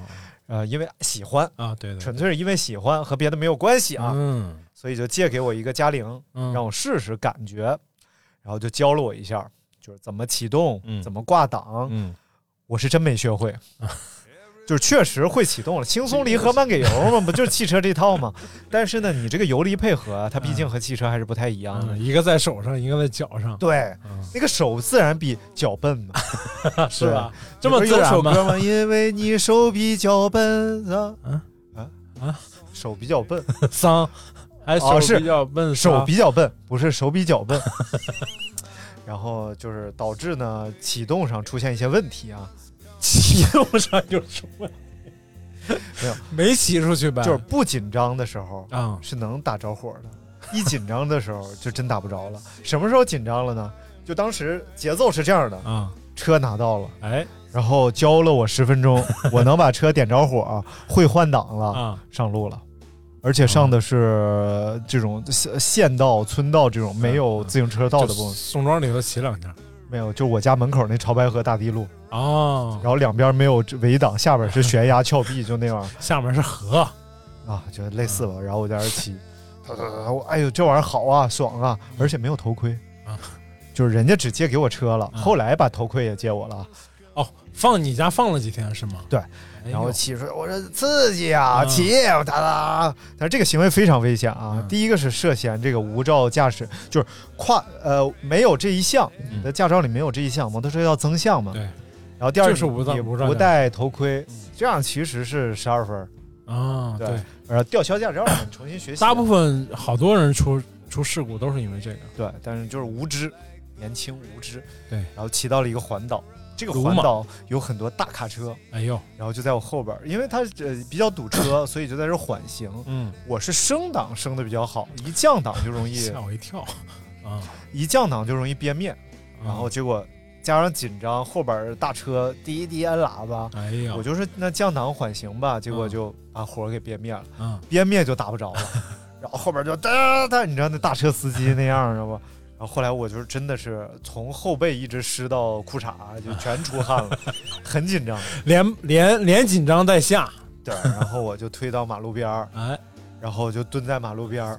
[SPEAKER 10] 呃，因为喜欢，
[SPEAKER 9] 啊对对，
[SPEAKER 10] 纯粹是因为喜欢，和别的没有关系啊，
[SPEAKER 9] 嗯
[SPEAKER 10] 所以就借给我一个嘉玲，
[SPEAKER 9] 嗯，
[SPEAKER 10] 让我试试感觉，然后就教了我一下，就是怎么启动，
[SPEAKER 9] 嗯
[SPEAKER 10] 怎么挂档，
[SPEAKER 9] 嗯
[SPEAKER 10] 我是真没学会，
[SPEAKER 9] 啊
[SPEAKER 10] 就是确实会启动了，轻松离合慢给油嘛，不就是汽车这套 吗？但是呢，你这个油离配合啊，它毕竟和汽车还是不太一样的。
[SPEAKER 9] 嗯，一个在手上，一个在脚上，
[SPEAKER 10] 对，
[SPEAKER 9] 嗯
[SPEAKER 10] 那个手自然比脚笨嘛，
[SPEAKER 9] 是吧？这
[SPEAKER 10] 你不
[SPEAKER 9] 么
[SPEAKER 10] 是
[SPEAKER 9] 自
[SPEAKER 10] 有
[SPEAKER 9] 然
[SPEAKER 10] 首
[SPEAKER 9] 吗？
[SPEAKER 10] 歌吗？因为你手比脚笨啊
[SPEAKER 9] 嗯
[SPEAKER 10] 啊
[SPEAKER 9] 啊，
[SPEAKER 10] 手比较 笨，
[SPEAKER 9] 桑，还
[SPEAKER 10] 哦是
[SPEAKER 9] 手比较笨，
[SPEAKER 10] 手
[SPEAKER 9] 桑
[SPEAKER 10] 比较笨，不是手比脚 笨。然后就是导致呢启动上出现一些问题啊，
[SPEAKER 9] 骑路上有什么？
[SPEAKER 10] 没有，
[SPEAKER 9] 没骑出去呗，
[SPEAKER 10] 就是不紧张的时候
[SPEAKER 9] 啊
[SPEAKER 10] 是能打着火的，一紧张的时候就真打不着了。什么时候紧张了呢？就当时节奏是这样的，
[SPEAKER 9] 啊，
[SPEAKER 10] 车拿到了，
[SPEAKER 9] 哎
[SPEAKER 10] 然后教了我十分钟，我能把车点着火、会换挡了，
[SPEAKER 9] 啊
[SPEAKER 10] 上路了。而且上的是这种县县道、村道这种没有自行车道的部
[SPEAKER 9] 就
[SPEAKER 10] 分，
[SPEAKER 9] 宋庄里头骑两天，
[SPEAKER 10] 没有，就我家门口那潮白河大堤路，
[SPEAKER 9] 哦，
[SPEAKER 10] 然后两边没有围挡，下边是悬崖峭壁，就那玩意
[SPEAKER 9] 下面是河，
[SPEAKER 10] 儿啊，就类似吧。
[SPEAKER 9] 嗯
[SPEAKER 10] 然后我在那儿 骑，哒哒哒哒我哎呦，这玩意儿好啊，爽啊，
[SPEAKER 9] 嗯
[SPEAKER 10] 而且没有头盔
[SPEAKER 9] 啊，
[SPEAKER 10] 就是人家只借给我车了，
[SPEAKER 9] 啊
[SPEAKER 10] 后来把头盔也借我了。
[SPEAKER 9] 哦，放你家放了几天是吗？
[SPEAKER 10] 对
[SPEAKER 9] 哎呦，
[SPEAKER 10] 然后骑出来，我说刺激啊，
[SPEAKER 9] 嗯
[SPEAKER 10] 骑，我哒哒哒。但是这个行为非常危险啊！
[SPEAKER 9] 嗯
[SPEAKER 10] 第一个是涉嫌这个无照驾驶，就是跨呃没有这一项，
[SPEAKER 9] 嗯
[SPEAKER 10] 你的驾照里没有这一项，摩托车要增项嘛。
[SPEAKER 9] 对
[SPEAKER 10] 然后第二
[SPEAKER 9] 就是无照
[SPEAKER 10] 你
[SPEAKER 9] 无照
[SPEAKER 10] 不
[SPEAKER 9] 驾嗯
[SPEAKER 10] 戴头盔，这样其实是十二分儿，
[SPEAKER 9] 啊，
[SPEAKER 10] 对
[SPEAKER 9] 对，
[SPEAKER 10] 然后吊销驾照，你重新学习。
[SPEAKER 9] 大部分好多人出出事故都是因为这个。
[SPEAKER 10] 对，但是就是无知，年轻无知。
[SPEAKER 9] 对
[SPEAKER 10] 然后骑到了一个环岛，这个
[SPEAKER 9] 鲁
[SPEAKER 10] 环
[SPEAKER 9] 莽
[SPEAKER 10] 岛有很多大卡车，
[SPEAKER 9] 哎呦，
[SPEAKER 10] 然后就在我后边儿，因为它呃比较堵车，所以就在这儿缓行。
[SPEAKER 9] 嗯，
[SPEAKER 10] 我是升档升的比较好，一降档就容易
[SPEAKER 9] 吓我一跳啊！
[SPEAKER 10] 一降档就容易憋面，然后
[SPEAKER 9] 啊
[SPEAKER 10] 结果加上紧张，后边儿大车滴滴按喇叭，
[SPEAKER 9] 哎呀，
[SPEAKER 10] 我就是那降档缓行吧，结果
[SPEAKER 9] 嗯
[SPEAKER 10] 就把火儿给憋灭了，
[SPEAKER 9] 嗯
[SPEAKER 10] 憋灭就打不着了，然后后边儿就哒哒哒，你知道那大车司机那样儿，知道吧？然后后来我就是真的是从后背一直湿到裤衩，就全出汗了，很紧张。
[SPEAKER 9] 连连连紧张带吓，
[SPEAKER 10] 对，然后我就推到马路边儿，
[SPEAKER 9] 哎，
[SPEAKER 10] 然后就蹲在马路边儿，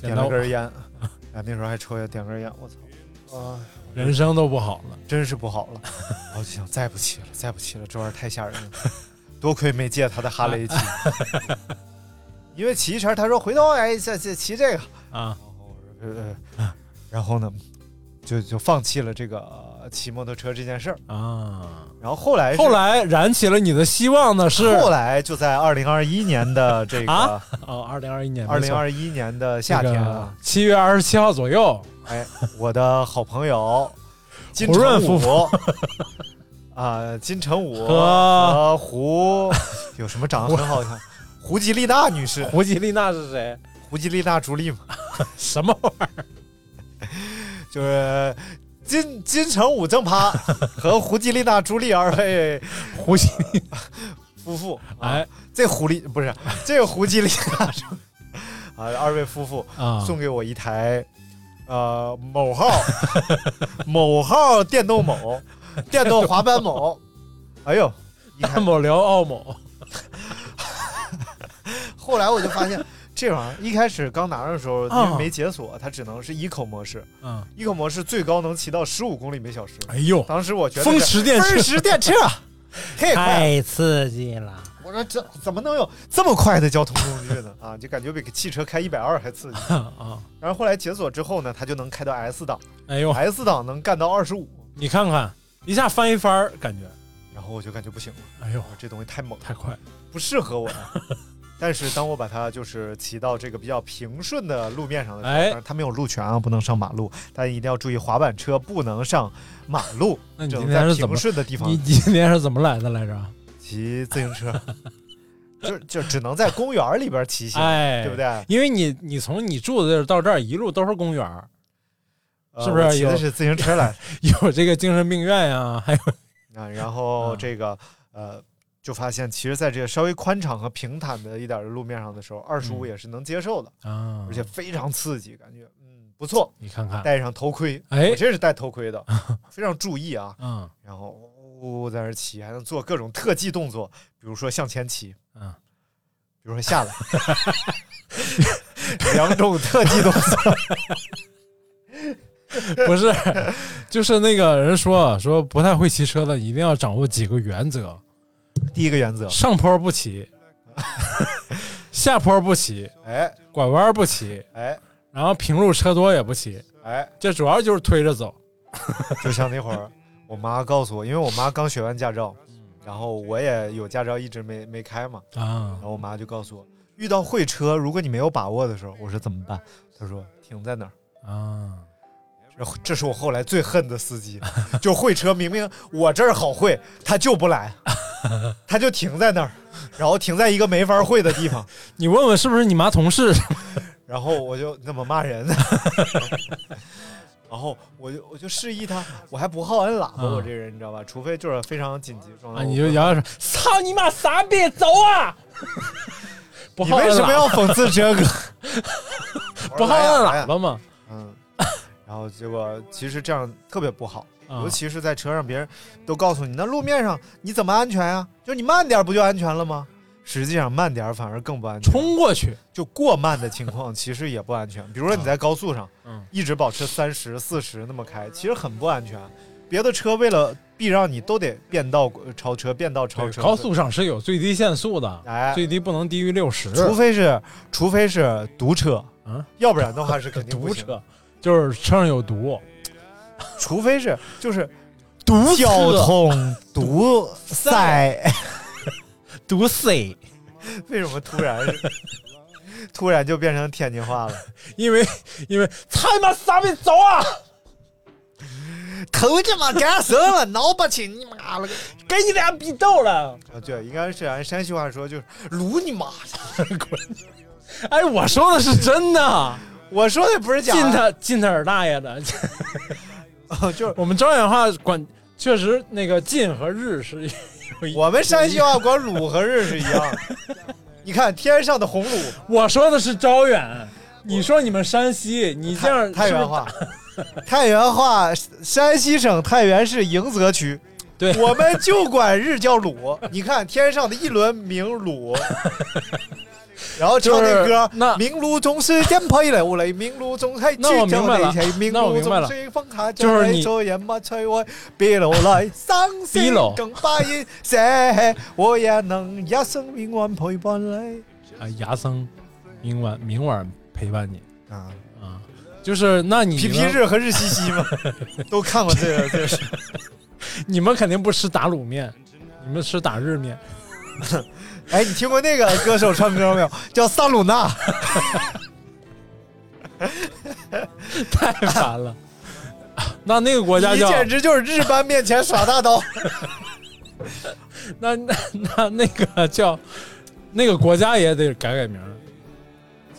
[SPEAKER 10] 点
[SPEAKER 9] 点
[SPEAKER 10] 了
[SPEAKER 9] 到
[SPEAKER 10] 根烟，啊，那时候还抽烟，点根烟，我操，啊，
[SPEAKER 9] 人生都不好了。
[SPEAKER 10] 真是不好 了，然后就想再不骑了，再不骑了，这玩意儿太吓人了，多亏没借他的哈 雷骑，因为骑一圈，他说回头哎，这这骑这个，
[SPEAKER 9] 啊，
[SPEAKER 10] 然后我说呃，然后呢，就就放弃了这个、呃骑摩托车这件事儿，
[SPEAKER 9] 啊！
[SPEAKER 10] 然后后哎来是
[SPEAKER 9] 后。来燃起了你的希望的是
[SPEAKER 10] 后来就在二零二一年的这个
[SPEAKER 9] 啊哦，二零二一年，
[SPEAKER 10] 二
[SPEAKER 9] 没
[SPEAKER 10] 零
[SPEAKER 9] 错
[SPEAKER 10] 二一年的夏天啊，
[SPEAKER 9] 七月二十七号左右，
[SPEAKER 10] 哎，我的好朋 友金
[SPEAKER 9] 胡
[SPEAKER 10] 城
[SPEAKER 9] 润夫
[SPEAKER 10] 武 啊、金城武
[SPEAKER 9] 和
[SPEAKER 10] 和胡有什么长得很好看？胡吉丽娜女士，
[SPEAKER 9] 胡吉丽娜是谁？
[SPEAKER 10] 胡吉丽娜朱莉嘛，
[SPEAKER 9] 什么玩意儿？
[SPEAKER 10] 就是金金城武正 趴和胡吉丽娜朱莉二位
[SPEAKER 9] 胡吉丽
[SPEAKER 10] 夫妇。啊、
[SPEAKER 9] 哎
[SPEAKER 10] 这狐狸不是这个胡吉丽娜朱啊，二位夫妇
[SPEAKER 9] 啊，
[SPEAKER 10] 送给我一台呃某号 某号电动某电动滑板 某，哎呦，一
[SPEAKER 9] 大
[SPEAKER 10] 看
[SPEAKER 9] 某聊奥某，
[SPEAKER 10] 后来我就发 现这玩意儿一开始刚拿上的时候，因
[SPEAKER 9] 啊
[SPEAKER 10] 为没解锁，它只能是 eco 模式
[SPEAKER 9] 嗯，
[SPEAKER 10] ，eco 模式最高能骑到十五公里每小时。
[SPEAKER 9] 哎呦，
[SPEAKER 10] 当时我觉得
[SPEAKER 9] 风驰电
[SPEAKER 10] 风
[SPEAKER 9] 掣，哎
[SPEAKER 10] 驰电掣 啊，嘿，快！
[SPEAKER 9] 刺激了，
[SPEAKER 10] 我说这怎么能有这么快的交通工具呢？啊，就感觉比汽车开一百二还刺激。
[SPEAKER 9] 啊，
[SPEAKER 10] 然后后来解锁之后呢，它就能开到 S 档
[SPEAKER 9] 哎呦，
[SPEAKER 10] ，S 档能干到二十五，
[SPEAKER 9] 你看看，一下翻一番儿感觉，
[SPEAKER 10] 然后我就感觉不行了，
[SPEAKER 9] 哎呦
[SPEAKER 10] 我，说这东西太猛了。
[SPEAKER 9] 太快，
[SPEAKER 10] 不适合我。 但是当我把它就是骑到这个比较平顺的路面上的时候，
[SPEAKER 9] 哎
[SPEAKER 10] 当然它没有路权啊，不能上马路，大家一定要注意，滑板车不能上马路，
[SPEAKER 9] 那你
[SPEAKER 10] 只
[SPEAKER 9] 今
[SPEAKER 10] 能
[SPEAKER 9] 天
[SPEAKER 10] 在
[SPEAKER 9] 是怎么
[SPEAKER 10] 平？顺的地方
[SPEAKER 9] 你今天是怎么来的来着？
[SPEAKER 10] 骑自行 车，就就只能在公园里边骑行，
[SPEAKER 9] 哎，
[SPEAKER 10] 对不？对？
[SPEAKER 9] 因为你你从你住的地儿到这儿一路都是公园儿，
[SPEAKER 10] 呃
[SPEAKER 9] 是不是
[SPEAKER 10] 我骑的
[SPEAKER 9] 有
[SPEAKER 10] 是自行 车来？
[SPEAKER 9] 有这个精神病院呀、 还有
[SPEAKER 10] 啊，然后
[SPEAKER 9] 嗯
[SPEAKER 10] 这个呃，就发现其实在这个稍微宽敞和平坦的一点的路面上的时候，二十五
[SPEAKER 9] 嗯
[SPEAKER 10] 也是能接受的，
[SPEAKER 9] 啊，
[SPEAKER 10] 而且非常刺激，感觉嗯不错。
[SPEAKER 9] 你看看，
[SPEAKER 10] 戴上头盔，
[SPEAKER 9] 哎
[SPEAKER 10] 我这是戴头盔 的，非常注意啊。
[SPEAKER 9] 嗯
[SPEAKER 10] 然后呜呜在那儿骑，还能做各种特技动作，比如说向前骑，
[SPEAKER 9] 嗯，
[SPEAKER 10] 比如说下来， 两种特技动作。
[SPEAKER 9] 不是， 就是那个人说说不太会骑车的，一定要掌握几个原则：
[SPEAKER 10] 哦第一个原则，
[SPEAKER 9] 上坡 不骑，下坡不骑，
[SPEAKER 10] 哎
[SPEAKER 9] 拐弯不骑，
[SPEAKER 10] 哎
[SPEAKER 9] 然后平路车多也不骑。
[SPEAKER 10] 哎，
[SPEAKER 9] 这主要就是推着走。
[SPEAKER 10] 就像那会儿，我妈告诉我，因为我妈刚学完驾照，
[SPEAKER 9] 嗯
[SPEAKER 10] 然后我也有驾照一直没没开嘛，
[SPEAKER 9] 啊
[SPEAKER 10] 然，后我妈就告诉我，遇到会车，如果你没有把握的时候，我说怎么办？她说停在那儿。
[SPEAKER 9] 啊，
[SPEAKER 10] 然后这是我后来最恨的司机，就会车，明明我这儿好会，他就不 来，他就停在那儿，然后停在一个没法会的地方，
[SPEAKER 9] 你问问是不是你妈同事？
[SPEAKER 10] 然后我就那么骂 人，然后我就我就示意他，我还不好摁喇叭，
[SPEAKER 9] 嗯
[SPEAKER 10] 我这人你知道吧？除非就是非常紧急状
[SPEAKER 9] 啊，
[SPEAKER 10] 态，
[SPEAKER 9] 你就摇摇说：“操你妈，傻逼，走啊！” 不
[SPEAKER 10] 我
[SPEAKER 9] 好
[SPEAKER 10] 你
[SPEAKER 9] 摁
[SPEAKER 10] 为什
[SPEAKER 9] 喇
[SPEAKER 10] 么要讽刺这个？
[SPEAKER 9] 不好
[SPEAKER 10] 来呀
[SPEAKER 9] 按
[SPEAKER 10] 哎来呀
[SPEAKER 9] 喇叭吗？
[SPEAKER 10] 嗯，然后结果其实这样特别不好，
[SPEAKER 9] 啊
[SPEAKER 10] 尤其是在车上，别人都告诉你，那路面上你怎么安全呀、就你慢点不就安全了吗？实际上慢点反而更不安全，
[SPEAKER 9] 冲过去，
[SPEAKER 10] 就过慢的情况其实也不安全。比如说
[SPEAKER 9] 啊
[SPEAKER 10] 你在高速上，
[SPEAKER 9] 嗯
[SPEAKER 10] 一直保持三十四十那么开，其实很不安全。别的车为了避让你，都得变道呃超车，变道超
[SPEAKER 9] 对
[SPEAKER 10] 车。
[SPEAKER 9] 高速上是有最低限速的，
[SPEAKER 10] 哎
[SPEAKER 9] 最低不能低于六十。
[SPEAKER 10] 除非是除非是毒车，
[SPEAKER 9] 啊，
[SPEAKER 10] 要不然的话是肯定不
[SPEAKER 9] 毒
[SPEAKER 10] 行。
[SPEAKER 9] 车就是车上有毒，
[SPEAKER 10] 除非是就是
[SPEAKER 9] 毒
[SPEAKER 10] 交通堵塞。
[SPEAKER 9] 毒塞，
[SPEAKER 10] 为什么突然突然就变成天津话 了？
[SPEAKER 9] 因为因为他妈傻逼走啊！
[SPEAKER 10] 头这么干什么？脑不清你妈了个！
[SPEAKER 9] 给你俩逼斗了！
[SPEAKER 10] 啊，对，应该是按山西话说就是“撸你妈
[SPEAKER 9] 哎，我说的是真的，”，
[SPEAKER 10] 我说的不是假
[SPEAKER 9] 进
[SPEAKER 10] 的，哦
[SPEAKER 9] 他进他耳大爷的。
[SPEAKER 10] 就是
[SPEAKER 9] 我们张远话管确实那个进和日是有一。
[SPEAKER 10] 我们山西话管“鲁”和“日”是一样的。你看天上的红鲁，
[SPEAKER 9] 我说的是招远，你说你们山西，你这样
[SPEAKER 10] 太
[SPEAKER 9] 是不是
[SPEAKER 10] 原话，太原话，山西省太原市迎泽区。
[SPEAKER 9] 对
[SPEAKER 10] 我们就管日叫鲁。你看天上的一轮明 鲁，然后唱那歌
[SPEAKER 9] 就是那
[SPEAKER 10] “明路总是颠沛流离，明路总是曲
[SPEAKER 9] 那我
[SPEAKER 10] 折
[SPEAKER 9] 明白了
[SPEAKER 10] 离奇，明
[SPEAKER 9] 那我
[SPEAKER 10] 路
[SPEAKER 9] 明白
[SPEAKER 10] 总
[SPEAKER 9] 了
[SPEAKER 10] 是风卡
[SPEAKER 9] 就是你
[SPEAKER 10] 昨夜没吹我别楼来，伤
[SPEAKER 9] 别
[SPEAKER 10] 心
[SPEAKER 9] 楼
[SPEAKER 10] 更把音写，我也能一生永远陪伴你。
[SPEAKER 9] 啊，牙僧，明晚明晚陪伴你
[SPEAKER 10] 啊，
[SPEAKER 9] 啊，就是那你
[SPEAKER 10] 皮皮
[SPEAKER 9] 呢
[SPEAKER 10] 日和日西西 嘛，都看过这个这个事。
[SPEAKER 9] 你们肯定不吃打卤面，你们吃打日面。
[SPEAKER 10] 哎，你听过那个歌手唱歌没 有？叫萨鲁娜。
[SPEAKER 9] 太烦了。那那个国家
[SPEAKER 10] 你
[SPEAKER 9] 叫
[SPEAKER 10] 简直就是日班面前耍大刀。
[SPEAKER 9] 那那那那个叫那个国家也得改改名儿，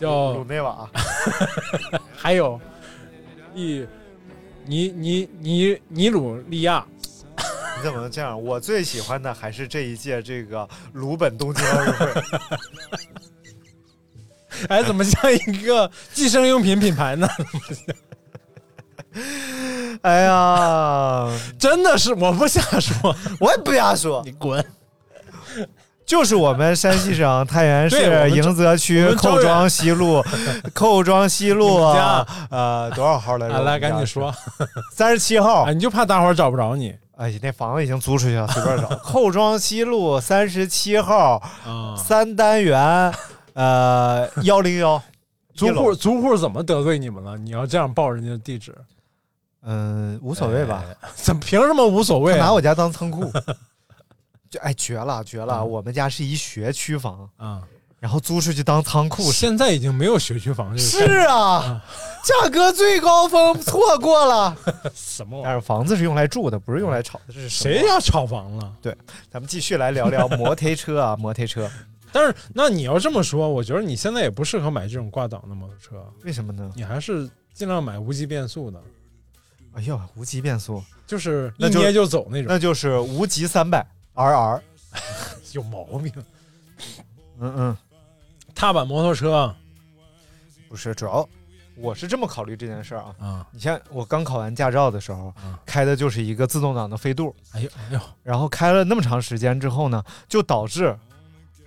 [SPEAKER 10] 鲁
[SPEAKER 9] 叫
[SPEAKER 10] 内瓦，啊
[SPEAKER 9] 还有利尼尼尼尼鲁利亚，
[SPEAKER 10] 你怎么能这样？我最喜欢的还是这一届这个鲁本东京奥运会。
[SPEAKER 9] 哎，怎么像一个计生用品品牌呢？
[SPEAKER 10] 哎呀，
[SPEAKER 9] 真的是我不瞎说，
[SPEAKER 10] 我也不瞎说
[SPEAKER 9] 你，滚！
[SPEAKER 10] 就是我们山西省太原
[SPEAKER 9] 对我
[SPEAKER 10] 市
[SPEAKER 9] 们这
[SPEAKER 10] 迎泽区
[SPEAKER 9] 我们招
[SPEAKER 10] 寇
[SPEAKER 9] 人
[SPEAKER 10] 庄西路， 寇庄西
[SPEAKER 9] 你
[SPEAKER 10] 路
[SPEAKER 9] 们
[SPEAKER 10] 啊
[SPEAKER 9] 家，
[SPEAKER 10] 呃，多少号来着？
[SPEAKER 9] 啊，来赶紧说，
[SPEAKER 10] 三十七号
[SPEAKER 9] 啊，。你就怕大伙儿找不着你
[SPEAKER 10] 哎，那房子已经租出去了，随便找。 寇庄西路三十七号
[SPEAKER 9] 啊？
[SPEAKER 10] 三单元，呃，幺零幺。
[SPEAKER 9] 租
[SPEAKER 10] 一楼
[SPEAKER 9] 户租户怎么得罪你们了？你要这样报人家地址，
[SPEAKER 10] 嗯，无所谓吧，
[SPEAKER 9] 怎么凭什么无所谓
[SPEAKER 10] 他拿
[SPEAKER 9] 啊？
[SPEAKER 10] 我家当仓 库，就哎绝了绝
[SPEAKER 9] 嗯
[SPEAKER 10] 了！我们家是一学区房，
[SPEAKER 9] 啊，
[SPEAKER 10] 然后租出去当仓库使。
[SPEAKER 9] 现在已经没有学区房这个概念
[SPEAKER 10] 是
[SPEAKER 9] 嗯
[SPEAKER 10] 啊，价格最高峰错过 了。
[SPEAKER 9] 什么玩意
[SPEAKER 10] 但
[SPEAKER 9] 儿？
[SPEAKER 10] 是房子是用来住的，不是用来炒的。这是什么
[SPEAKER 9] 哦谁？要炒房啊了？
[SPEAKER 10] 咱们继续来聊聊摩托车啊，摩托 车
[SPEAKER 9] 但是那你要这么说，我觉得你现在也不适合买这种挂档的摩托车，
[SPEAKER 10] 为什么呢？
[SPEAKER 9] 你还是尽量买无级变速的，
[SPEAKER 10] 哎呦，无极变速，
[SPEAKER 9] 就是一
[SPEAKER 10] 那就
[SPEAKER 9] 捏就走那种。哎
[SPEAKER 10] 那就是无极三百 RR。
[SPEAKER 9] 有毛病！
[SPEAKER 10] 嗯嗯，
[SPEAKER 9] 踏板摩托车
[SPEAKER 10] 不是，主要我是这么考虑这件事儿啊。
[SPEAKER 9] 啊，
[SPEAKER 10] 你像我刚考完驾照的时候
[SPEAKER 9] 嗯，
[SPEAKER 10] 开的就是一个自动挡的飞度，
[SPEAKER 9] 哎呦哎呦，
[SPEAKER 10] 然后开了那么长时间之后呢，就导致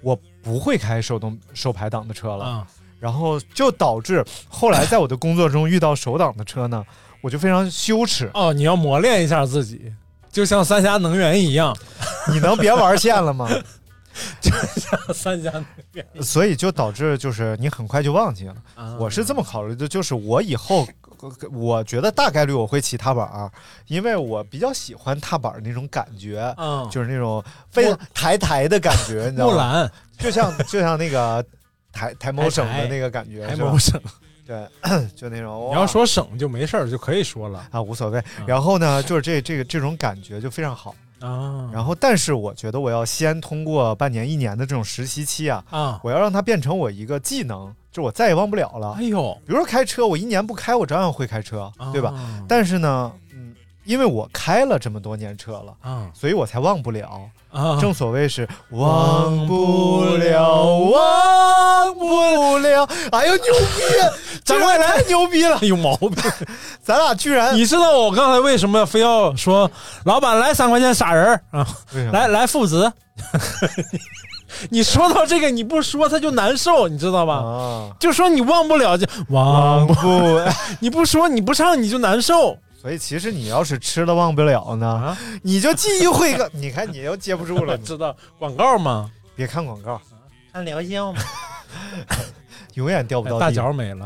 [SPEAKER 10] 我不会开手动手排档的车了，
[SPEAKER 9] 啊，
[SPEAKER 10] 然后就导致后来在我的工作中遇到手挡的车呢，我就非常羞 耻。
[SPEAKER 9] 哦，你要磨练一下自己，就像三峡能源一样，
[SPEAKER 10] 你能别玩线了吗？
[SPEAKER 9] 三峡能源
[SPEAKER 10] 所以就导致就是你很快就忘记了。
[SPEAKER 9] 啊
[SPEAKER 10] 我是这么考虑的，就是我以后。我觉得大概率我会骑踏板儿，因为我比较喜欢踏板儿那种感觉，
[SPEAKER 9] 啊，
[SPEAKER 10] 就是那种飞抬抬的感 觉，你知道
[SPEAKER 9] 木
[SPEAKER 10] 吗？
[SPEAKER 9] 兰
[SPEAKER 10] 就像就像那个台台某省的那个感觉，
[SPEAKER 9] 还
[SPEAKER 10] 是吧
[SPEAKER 9] 某省，
[SPEAKER 10] 对， 就那种
[SPEAKER 9] 你要
[SPEAKER 10] 哇
[SPEAKER 9] 说嗯省就没事儿就可以说了
[SPEAKER 10] 啊无所谓。然后呢，就是这这个这种感觉就非常好。
[SPEAKER 9] 啊，
[SPEAKER 10] 然后，但是我觉得我要先通过半年一年的这种实习期啊，
[SPEAKER 9] 啊，
[SPEAKER 10] 我要让它变成我一个技能，就我再也忘不了了
[SPEAKER 9] 哎。呦，
[SPEAKER 10] 比如说开车，我一年不开，我照样会开车，对吧？
[SPEAKER 9] 啊？
[SPEAKER 10] 但是呢，嗯，因为我开了这么多年车了，
[SPEAKER 9] 啊
[SPEAKER 10] 所以我才忘不了。
[SPEAKER 9] 啊，
[SPEAKER 10] 正所谓是 忘不了，忘不了。哎呦，牛逼！咱俩太牛逼了，
[SPEAKER 9] 有毛病！
[SPEAKER 10] 咱俩居然
[SPEAKER 9] 你知道我刚才为什么非要说老板来三块钱傻人儿啊？
[SPEAKER 10] 为什么
[SPEAKER 9] 来来父子， 你说到这个你不说他就难受，你知道吧？
[SPEAKER 10] 啊？
[SPEAKER 9] 就说你忘不了就忘
[SPEAKER 10] 忘
[SPEAKER 9] 不，
[SPEAKER 10] 不，
[SPEAKER 9] 你不说你不唱你就难受。
[SPEAKER 10] 所以其实你要是吃了忘不了呢
[SPEAKER 9] 啊，
[SPEAKER 10] 你就记一会个，你看你又接不住 了，你
[SPEAKER 9] 知道广告吗？
[SPEAKER 10] 别看广告，
[SPEAKER 9] 看疗效吗？
[SPEAKER 10] 永远掉不到地
[SPEAKER 9] 哎大脚没了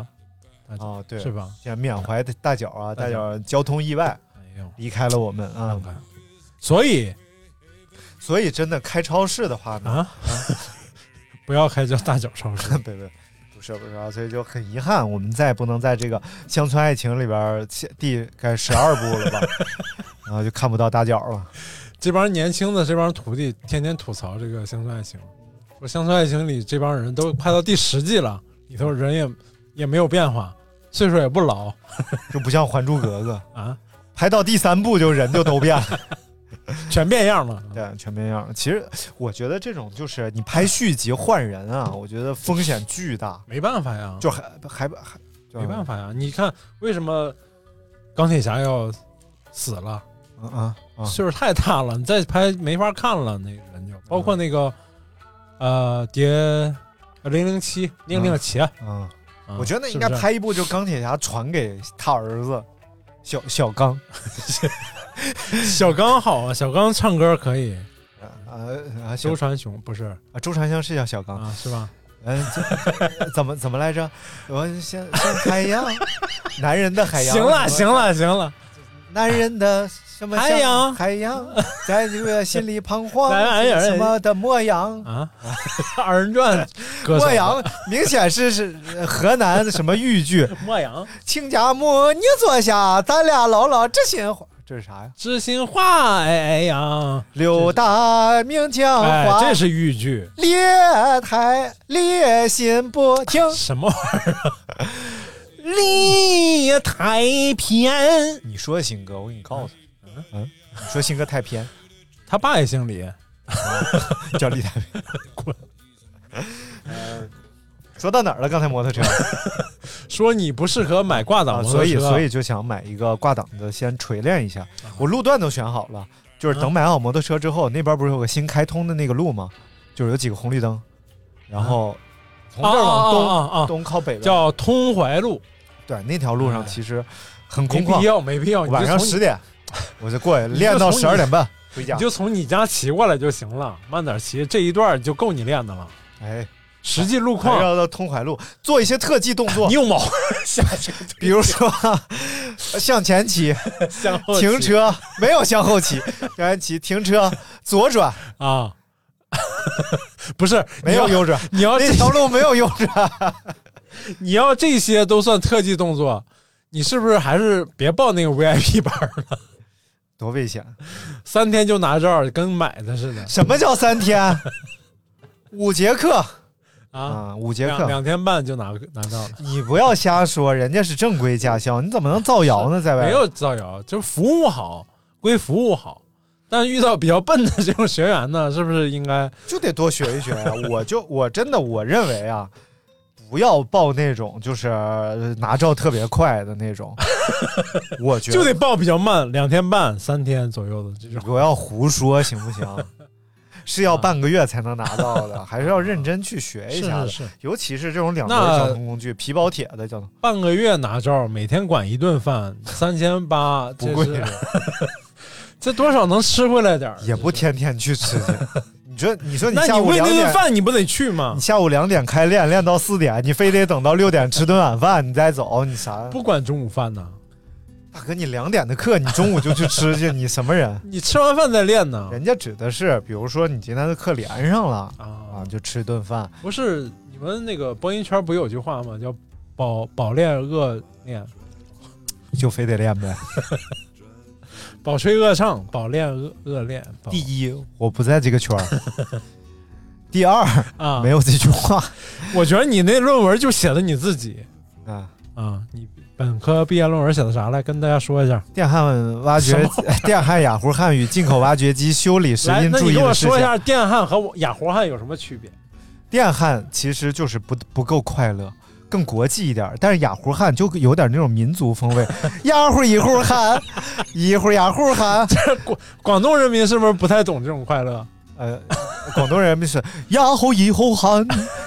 [SPEAKER 10] 啊，对，
[SPEAKER 9] 是吧？
[SPEAKER 10] 缅缅怀的大脚啊，
[SPEAKER 9] 大
[SPEAKER 10] 大
[SPEAKER 9] 脚嗯
[SPEAKER 10] 脚交通意外
[SPEAKER 9] 哎呦，
[SPEAKER 10] 离开了我们啊
[SPEAKER 9] 看，看，所以
[SPEAKER 10] 所以真的开超市的话呢，
[SPEAKER 9] 啊， 不要开叫大脚 超市。
[SPEAKER 10] 不不。不是不是啊，所以就很遗憾，我们再也不能在这个乡村爱情里边儿下第该十二部了吧，然后就看不到大脚了。
[SPEAKER 9] 这帮年轻的这帮徒弟天天吐槽这个乡村爱情，说乡村爱情里这帮人都拍到第十季了，里头人也也没有变化，岁数也不老
[SPEAKER 10] 就不像《还珠格格》
[SPEAKER 9] 啊，
[SPEAKER 10] 拍到第三部就人就都变了，
[SPEAKER 9] 全变样了。
[SPEAKER 10] 对，全变样了。其实我觉得这种就是你拍续集换人啊，我觉得风险巨大，
[SPEAKER 9] 没办法呀，
[SPEAKER 10] 就还还还就
[SPEAKER 9] 没办法呀。你看为什么钢铁侠要死了？
[SPEAKER 10] 嗯啊啊！
[SPEAKER 9] 岁数太大了，你再拍没法看了，那个人就包括那个呃谍零零七零零七，
[SPEAKER 10] 嗯，
[SPEAKER 9] 啊
[SPEAKER 10] 我觉得应该
[SPEAKER 9] 是不是
[SPEAKER 10] 拍一部就钢铁侠传给他儿子小小刚，
[SPEAKER 9] 小刚好啊，小刚唱歌可以，
[SPEAKER 10] 呃啊，小
[SPEAKER 9] 周传雄不是
[SPEAKER 10] 啊周传雄是叫小刚，
[SPEAKER 9] 啊，是吧？
[SPEAKER 10] 嗯，这 怎么怎么来着？我像像海 洋，男人的海洋。
[SPEAKER 9] 行了，行，了，行了，
[SPEAKER 10] 男人的什么像
[SPEAKER 9] 海洋
[SPEAKER 10] 海洋，哎在这个心里彷徨，
[SPEAKER 9] 来来来
[SPEAKER 10] 什么的莫阳。
[SPEAKER 9] 啊，二人转歌手
[SPEAKER 10] 莫阳明显是是呃河南的什么豫 剧，
[SPEAKER 9] 莫阳
[SPEAKER 10] 亲家母，你坐下，咱俩唠唠这心话。这是啥呀？
[SPEAKER 9] 知心话，哎哎呀，
[SPEAKER 10] 刘大名将
[SPEAKER 9] 哎，
[SPEAKER 10] 啊花，
[SPEAKER 9] 这是豫剧，
[SPEAKER 10] 列台列心不停。
[SPEAKER 9] 什么玩意儿啊？ 立太偏，
[SPEAKER 10] 你说新歌，我给你告诉你，嗯，你说新歌太偏，
[SPEAKER 9] 他爸也姓李，
[SPEAKER 10] 叫李太偏，滚。呃说到哪儿了？刚才摩 托车，
[SPEAKER 9] 说你不适合买挂
[SPEAKER 10] 啊
[SPEAKER 9] 档摩
[SPEAKER 10] 所
[SPEAKER 9] 托
[SPEAKER 10] 以
[SPEAKER 9] 车，
[SPEAKER 10] 所以就想买一个挂档的，先锤炼一下。
[SPEAKER 9] 啊
[SPEAKER 10] 我路段都选好了，就是
[SPEAKER 9] 嗯
[SPEAKER 10] 等买好摩托车之后，那边不是有个新开通的那个路吗？就是有几个红绿灯，然后从这儿往东、
[SPEAKER 9] 嗯啊啊啊啊啊
[SPEAKER 10] 东靠北边，
[SPEAKER 9] 叫哎通淮路，
[SPEAKER 10] 对那条路上其实很空
[SPEAKER 9] 没
[SPEAKER 10] 旷
[SPEAKER 9] 必。要，没必要，E 哦你
[SPEAKER 10] 晚
[SPEAKER 9] 就
[SPEAKER 10] 上
[SPEAKER 9] 从你
[SPEAKER 10] 十点 我就过去
[SPEAKER 9] 就
[SPEAKER 10] 练到
[SPEAKER 9] 从你
[SPEAKER 10] 十二点半回家
[SPEAKER 9] 你。就从你家骑过来就行了，慢点骑，这一段就够你练的了。
[SPEAKER 10] 哎，
[SPEAKER 9] 实际路
[SPEAKER 10] 还
[SPEAKER 9] 况，
[SPEAKER 10] 要到通淮路做一些特技动作
[SPEAKER 9] 你，有毛病， 下车
[SPEAKER 10] 比如说 向前骑、
[SPEAKER 9] 向后骑
[SPEAKER 10] 停车，没有向后 骑，向前骑、停车、左转，
[SPEAKER 9] 啊， 不是
[SPEAKER 10] 没有
[SPEAKER 9] 你要
[SPEAKER 10] 右转。
[SPEAKER 9] 你要
[SPEAKER 10] 那
[SPEAKER 9] 这
[SPEAKER 10] 条路没有右转，
[SPEAKER 9] 你要这些都算特技动作，你是不是还是别报那个 VIP 班儿了？
[SPEAKER 10] 多危险！啊
[SPEAKER 9] 三天就拿照，跟买的似的
[SPEAKER 10] 什么叫三 天？五节课
[SPEAKER 9] 啊！
[SPEAKER 10] 啊，五节
[SPEAKER 9] 两
[SPEAKER 10] 课！
[SPEAKER 9] 两天半就拿拿照了，
[SPEAKER 10] 你不要瞎说，人家是正规驾校，你怎么能造谣呢？在外
[SPEAKER 9] 没有造谣，就是服务好归服务好，但遇到比较笨的这种学员呢，是不是应该
[SPEAKER 10] 就得多学一学啊！ 我就我真的我认为啊，不要报那种就是呃拿照特别快的那 种，我觉得
[SPEAKER 9] 就得报比较慢，两天半、三天左右的这 种。
[SPEAKER 10] 不要胡说，行不行？是要半个月才能拿到的，还是要认真去学一下的。
[SPEAKER 9] 是是是
[SPEAKER 10] 尤其是这种两轮
[SPEAKER 9] 那
[SPEAKER 10] 交通工具，皮包铁的交通
[SPEAKER 9] 半个月拿照，每天管一 顿饭三千八，
[SPEAKER 10] 不
[SPEAKER 9] 这
[SPEAKER 10] 贵啊
[SPEAKER 9] 是， 这多少能吃回来点儿
[SPEAKER 10] 也不天天去吃去。你说，你说你
[SPEAKER 9] 啊那
[SPEAKER 10] 下
[SPEAKER 9] 你
[SPEAKER 10] 午
[SPEAKER 9] 为
[SPEAKER 10] 两
[SPEAKER 9] 那
[SPEAKER 10] 点
[SPEAKER 9] 顿，饭你不得去吗
[SPEAKER 10] 你？下午两点开练，练到四点，你非得等到六点吃顿晚饭你再走，你啥？
[SPEAKER 9] 不管中午饭呢，
[SPEAKER 10] 大哥，你两点的课，你中午就去吃去，你什么人？
[SPEAKER 9] 你吃完饭再练呢。
[SPEAKER 10] 人家指的是，比如说你今天的课连上了啊
[SPEAKER 9] 啊，，
[SPEAKER 10] 就吃顿饭。
[SPEAKER 9] 不是你们那个播音圈不有句话吗？叫饱饱练饿练，
[SPEAKER 10] 就非得练呗。
[SPEAKER 9] 饱吹饿唱，饱练饿饿练。饱
[SPEAKER 10] 第一，我不在这个圈儿；第二，
[SPEAKER 9] 啊，
[SPEAKER 10] 没，有这句话
[SPEAKER 9] 我觉得你那论文就写的你自己
[SPEAKER 10] 啊。
[SPEAKER 9] 啊，你本科毕业论文写的啥来？跟大家说一下。
[SPEAKER 10] 电焊挖掘
[SPEAKER 9] 什，
[SPEAKER 10] 电焊雅虎汉语进口挖掘机修理时
[SPEAKER 9] 来，
[SPEAKER 10] 应
[SPEAKER 9] 那
[SPEAKER 10] 注
[SPEAKER 9] 你
[SPEAKER 10] 意
[SPEAKER 9] 跟我
[SPEAKER 10] 的事
[SPEAKER 9] 说一
[SPEAKER 10] 项。
[SPEAKER 9] 下电焊和我雅活焊有什么区别？
[SPEAKER 10] 电焊其实就是不不够快乐，更国际一点，但是雅虎汉就有点那种民族风味， 呀呼一呼喊， 一呼雅呼喊，
[SPEAKER 9] 广东人民是不是不太懂这种快乐？
[SPEAKER 10] 呃，广东人民 是呀吼一吼 喊，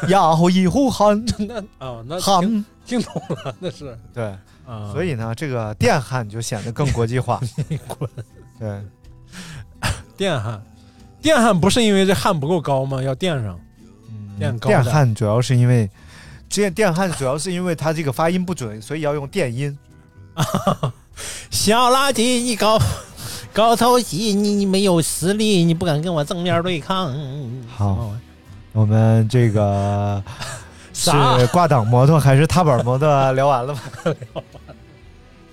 [SPEAKER 10] 呀吼一吼 喊
[SPEAKER 9] 那哦，那听
[SPEAKER 10] 喊，
[SPEAKER 9] 听懂了，那是
[SPEAKER 10] 对，
[SPEAKER 9] 啊，
[SPEAKER 10] 所以呢，这个电焊就显得更国际 化，
[SPEAKER 9] 滚
[SPEAKER 10] 对，
[SPEAKER 9] 电焊，电焊不是因为这焊不够高吗？要垫上，
[SPEAKER 10] 嗯
[SPEAKER 9] 电高的
[SPEAKER 10] 电焊主要是因为，电电焊主要是因为它这个发音不准，所以要用电音。
[SPEAKER 11] 小垃圾，你 搞搞偷袭，你你没有实力，你不敢跟我正面对抗。
[SPEAKER 10] 好，我们这 个是
[SPEAKER 9] 啥
[SPEAKER 10] 挂档摩托还是踏板摩托聊完了 吗？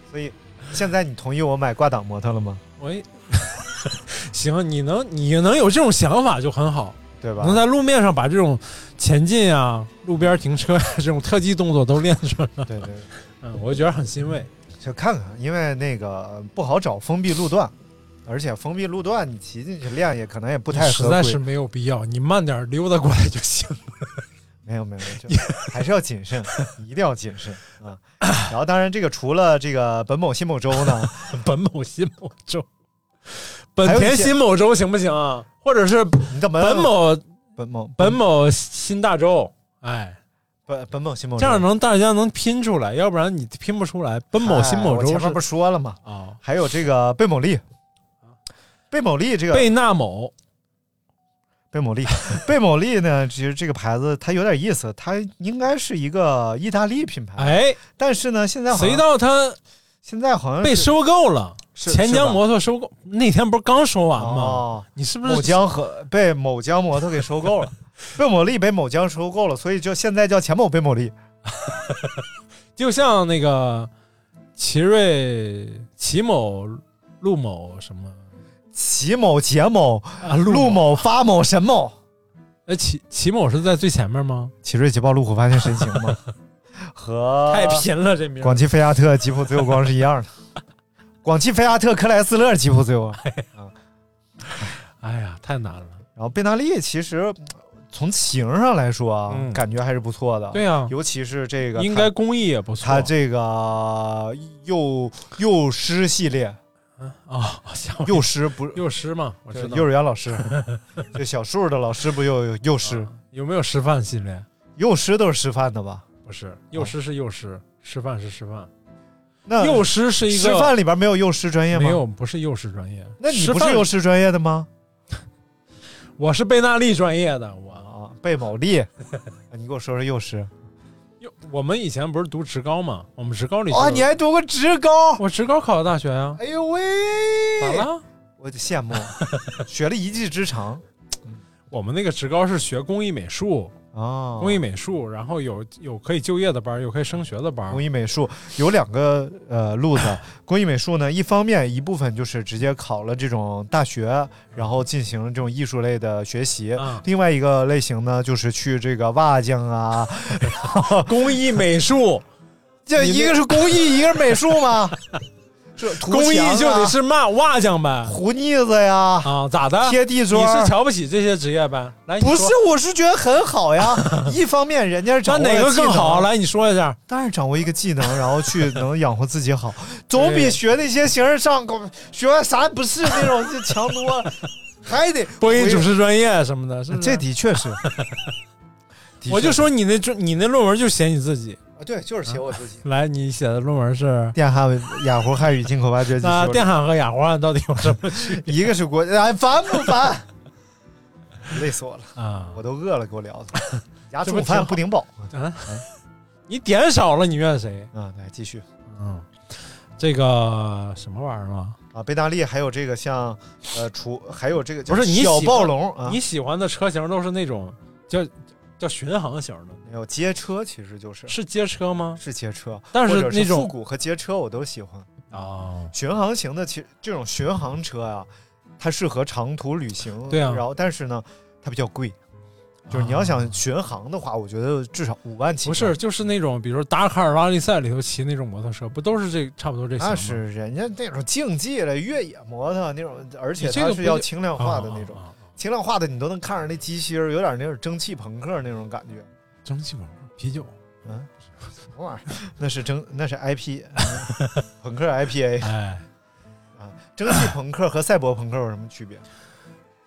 [SPEAKER 10] 所以现在你同意我买挂档摩托了吗？
[SPEAKER 9] 我也 行，你能你能有这种想法就很好，
[SPEAKER 10] 对吧？
[SPEAKER 9] 能在路面上把这种前进啊、路边停车啊这种特技动作都练出来，
[SPEAKER 10] 对对，
[SPEAKER 9] 嗯，我觉得很欣慰。
[SPEAKER 10] 就看看，因为那个不好找封闭路段，而且封闭路段你骑进去练也可能也不太合
[SPEAKER 9] 实
[SPEAKER 10] 规。
[SPEAKER 9] 在是没有必要，你慢点溜达过来就行。
[SPEAKER 10] 没有没有，没有就还是要谨慎，一定要谨慎啊。然后当然，这个除了这个本某新某州呢，
[SPEAKER 9] 本某新某州，
[SPEAKER 10] 还
[SPEAKER 9] 本
[SPEAKER 10] 有一些
[SPEAKER 9] 田新某州行不行啊？或者是
[SPEAKER 10] 你怎么
[SPEAKER 9] 本某
[SPEAKER 10] 本某
[SPEAKER 9] 本某新大洲？哎，
[SPEAKER 10] 本本某新某州
[SPEAKER 9] 这样能大家能拼出来，要不然你拼不出来。本某新某
[SPEAKER 10] 哎我
[SPEAKER 9] 州
[SPEAKER 10] 前
[SPEAKER 9] 是
[SPEAKER 10] 面不是说了吗？
[SPEAKER 9] 啊，
[SPEAKER 10] 还有这个贝某利，贝某利这个
[SPEAKER 9] 贝纳某
[SPEAKER 10] 贝某利， 贝某利呢，其实这个牌子它有点意思，它应该是一个意大利品牌，
[SPEAKER 9] 哎，
[SPEAKER 10] 但是呢，现在好像
[SPEAKER 9] 谁到他
[SPEAKER 10] 现在好像
[SPEAKER 9] 被
[SPEAKER 10] 是
[SPEAKER 9] 收购了，
[SPEAKER 10] 是
[SPEAKER 9] 钱
[SPEAKER 10] 是吧
[SPEAKER 9] 江摩托收购那天不是刚收完吗？
[SPEAKER 10] 哦，
[SPEAKER 9] 你是不
[SPEAKER 10] 某
[SPEAKER 9] 是
[SPEAKER 10] 江和被某江摩托给收购 了，贝某利被某江收购了，所以就现在叫钱某贝某利。
[SPEAKER 9] 就像那个奇瑞齐某陆某什么
[SPEAKER 10] 齐某、杰某、
[SPEAKER 9] 啊？
[SPEAKER 10] 陆
[SPEAKER 9] 某
[SPEAKER 10] 某、发某、沈某。
[SPEAKER 9] 呃齐齐某是在最前面吗？
[SPEAKER 10] 奇瑞捷豹路虎发现神行 吗？和
[SPEAKER 9] 太贫了这名儿。
[SPEAKER 10] 广汽菲亚特、吉普自由光是一样的。 广汽菲亚特、克莱斯勒、吉普自由光。
[SPEAKER 9] 哎呀，太难了。
[SPEAKER 10] 然后贝纳利其实嗯从型上来说啊，
[SPEAKER 9] 嗯
[SPEAKER 10] 感觉还是不错的。
[SPEAKER 9] 对呀，
[SPEAKER 10] 尤其是这个
[SPEAKER 9] 应该
[SPEAKER 10] 它
[SPEAKER 9] 工艺也不错。
[SPEAKER 10] 它这个幼幼师系列，
[SPEAKER 9] 啊， 吓我一
[SPEAKER 10] 幼师不是
[SPEAKER 9] 幼师嘛，我知道。
[SPEAKER 10] 幼儿园老师， 就小树的老师不又有幼师？
[SPEAKER 9] 啊有没有师范系列？
[SPEAKER 10] 幼师都是师范的吧？
[SPEAKER 9] 不是，幼师是幼师，师范是师范。
[SPEAKER 10] 啊那
[SPEAKER 9] 幼师是一个
[SPEAKER 10] 师范里边没有幼师专业吗？
[SPEAKER 9] 没有，不是幼师专业。
[SPEAKER 10] 那你不
[SPEAKER 9] 师
[SPEAKER 10] 是
[SPEAKER 9] 范
[SPEAKER 10] 幼？师专业的吗？
[SPEAKER 9] 我是贝纳利专业的。我
[SPEAKER 10] 啊，贝某利， 你给我说说幼师
[SPEAKER 9] 幼我们以前不是读职高嘛？我们职高里
[SPEAKER 10] 啊，
[SPEAKER 9] 就
[SPEAKER 10] 你还读过职 高？
[SPEAKER 9] 我职高考的大学呀、
[SPEAKER 10] 哎呦喂，哎
[SPEAKER 9] 咋了？
[SPEAKER 10] 我就羡慕，啊学了一技之长
[SPEAKER 9] 我们那个职高是学工艺美术，
[SPEAKER 10] 啊，
[SPEAKER 9] 工艺美术，然后有有可以就业的班儿，有可以升学的班儿。
[SPEAKER 10] 工艺美术有两个呃路子，工艺美术呢，一方面一部分就是直接考了这种大学，然后进行这种艺术类的学习。
[SPEAKER 9] 啊，
[SPEAKER 10] 另外一个类型呢，就是去这个瓦匠啊，
[SPEAKER 9] 工艺美术，
[SPEAKER 10] 这
[SPEAKER 9] 你那
[SPEAKER 10] 一个是工艺，一个是美术嘛。这涂
[SPEAKER 9] 工艺
[SPEAKER 10] 墙啊
[SPEAKER 9] 就得是嘛瓦匠呗。
[SPEAKER 10] 糊腻子呀，
[SPEAKER 9] 啊，咋的？
[SPEAKER 10] 贴地砖
[SPEAKER 9] 你
[SPEAKER 10] 儿。
[SPEAKER 9] 是瞧不起这些职业呗？来，你
[SPEAKER 10] 不
[SPEAKER 9] 说
[SPEAKER 10] 是，，我是觉得很好呀。 一方面，人家是
[SPEAKER 9] 那
[SPEAKER 10] 掌握
[SPEAKER 9] 哪
[SPEAKER 10] 了
[SPEAKER 9] 个
[SPEAKER 10] 技
[SPEAKER 9] 更
[SPEAKER 10] 能
[SPEAKER 9] 好？，来，你说一下。
[SPEAKER 10] 当然掌握一个技能，然后去能养活自己 好，总比学那些形而上狗学完啥也不是那种就强多 了。还得
[SPEAKER 9] 播音
[SPEAKER 10] 回
[SPEAKER 9] 主持专业什么嗯的，是不是？
[SPEAKER 10] 这的确是。的确是
[SPEAKER 9] 我就说你那专你那论文就写你自己。
[SPEAKER 10] 啊，对，就是写我自己。
[SPEAKER 9] 来，你写的论文是
[SPEAKER 10] 电焊雅虎汉语进口挖掘机
[SPEAKER 9] 那
[SPEAKER 10] 修理
[SPEAKER 9] 电焊和氩化到底有什么区
[SPEAKER 10] 一个是国，哎，烦不烦？累死我了，
[SPEAKER 9] 别 啊？
[SPEAKER 10] 我都饿了，给我聊的。 牙
[SPEAKER 9] 这不
[SPEAKER 10] 中
[SPEAKER 9] 挺
[SPEAKER 10] 饭
[SPEAKER 9] 好
[SPEAKER 10] 不顶饱
[SPEAKER 9] 你点少了，你怨谁？
[SPEAKER 10] 啊！来继续。
[SPEAKER 9] 嗯，这个什么玩意儿啊？
[SPEAKER 10] 啊，贝纳利还有这个像，呃，除还有这个叫
[SPEAKER 9] 不是你
[SPEAKER 10] 小
[SPEAKER 9] 喜
[SPEAKER 10] 暴
[SPEAKER 9] 欢
[SPEAKER 10] 龙啊，
[SPEAKER 9] 你喜欢的车型都是那种叫叫巡航型的，
[SPEAKER 10] 没有街车其实就是
[SPEAKER 9] 是街车吗？
[SPEAKER 10] 是街车，
[SPEAKER 9] 但
[SPEAKER 10] 或
[SPEAKER 9] 是
[SPEAKER 10] 者是
[SPEAKER 9] 那种
[SPEAKER 10] 复古和街车我都喜欢。
[SPEAKER 9] 哦，
[SPEAKER 10] 巡航型的其实这种巡航车啊，它适合长途旅行，
[SPEAKER 9] 对啊
[SPEAKER 10] 然后但是呢，它比较贵，就是你要
[SPEAKER 9] 啊
[SPEAKER 10] 想巡航的话，我觉得至少五万起。
[SPEAKER 9] 不是，，就是那种，比如说达喀尔拉力赛里头骑那种摩托车，不都是这差不多这型吗？
[SPEAKER 10] 那是人家那种竞技的越野摩托那种，而且
[SPEAKER 9] 你这
[SPEAKER 10] 它
[SPEAKER 9] 个
[SPEAKER 10] 是
[SPEAKER 9] 不
[SPEAKER 10] 要
[SPEAKER 9] 就
[SPEAKER 10] 轻量化的那种，
[SPEAKER 9] 啊啊啊
[SPEAKER 10] 轻量化的你都能看着那机芯儿有点那种蒸汽朋克那种感觉。
[SPEAKER 9] 蒸汽朋克啤酒
[SPEAKER 10] 嗯，
[SPEAKER 3] 什么玩意儿？
[SPEAKER 10] 那是蒸，那是 IP，嗯 朋克 IPA。
[SPEAKER 9] 哎，
[SPEAKER 10] 啊，蒸汽朋克和赛博朋克有什么区别？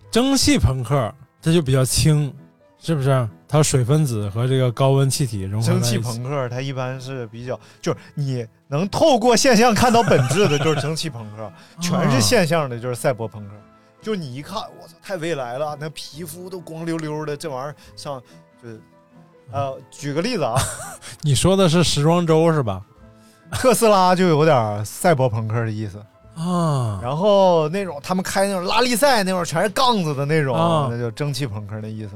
[SPEAKER 9] 蒸汽朋克它就比较轻，是不是？它水分子和这个高温气体融合在一
[SPEAKER 10] 蒸
[SPEAKER 9] 起
[SPEAKER 10] 汽朋克它一般是比较， 就是你能透过现象看到本质的，就是蒸汽朋克；全
[SPEAKER 9] 啊
[SPEAKER 10] 是现象的，就是赛博朋克。就是你一看，我操，太未来了，那皮肤都光溜溜的，这玩意儿像就是，呃，举个例子啊，
[SPEAKER 9] 你说的是时装周是吧？
[SPEAKER 10] 特斯拉就有点赛博朋克的意思。
[SPEAKER 9] 啊，
[SPEAKER 10] 然后那种他们开那种拉力赛那种全是杠子的那种，
[SPEAKER 9] 啊
[SPEAKER 10] 那就蒸汽朋克的意思，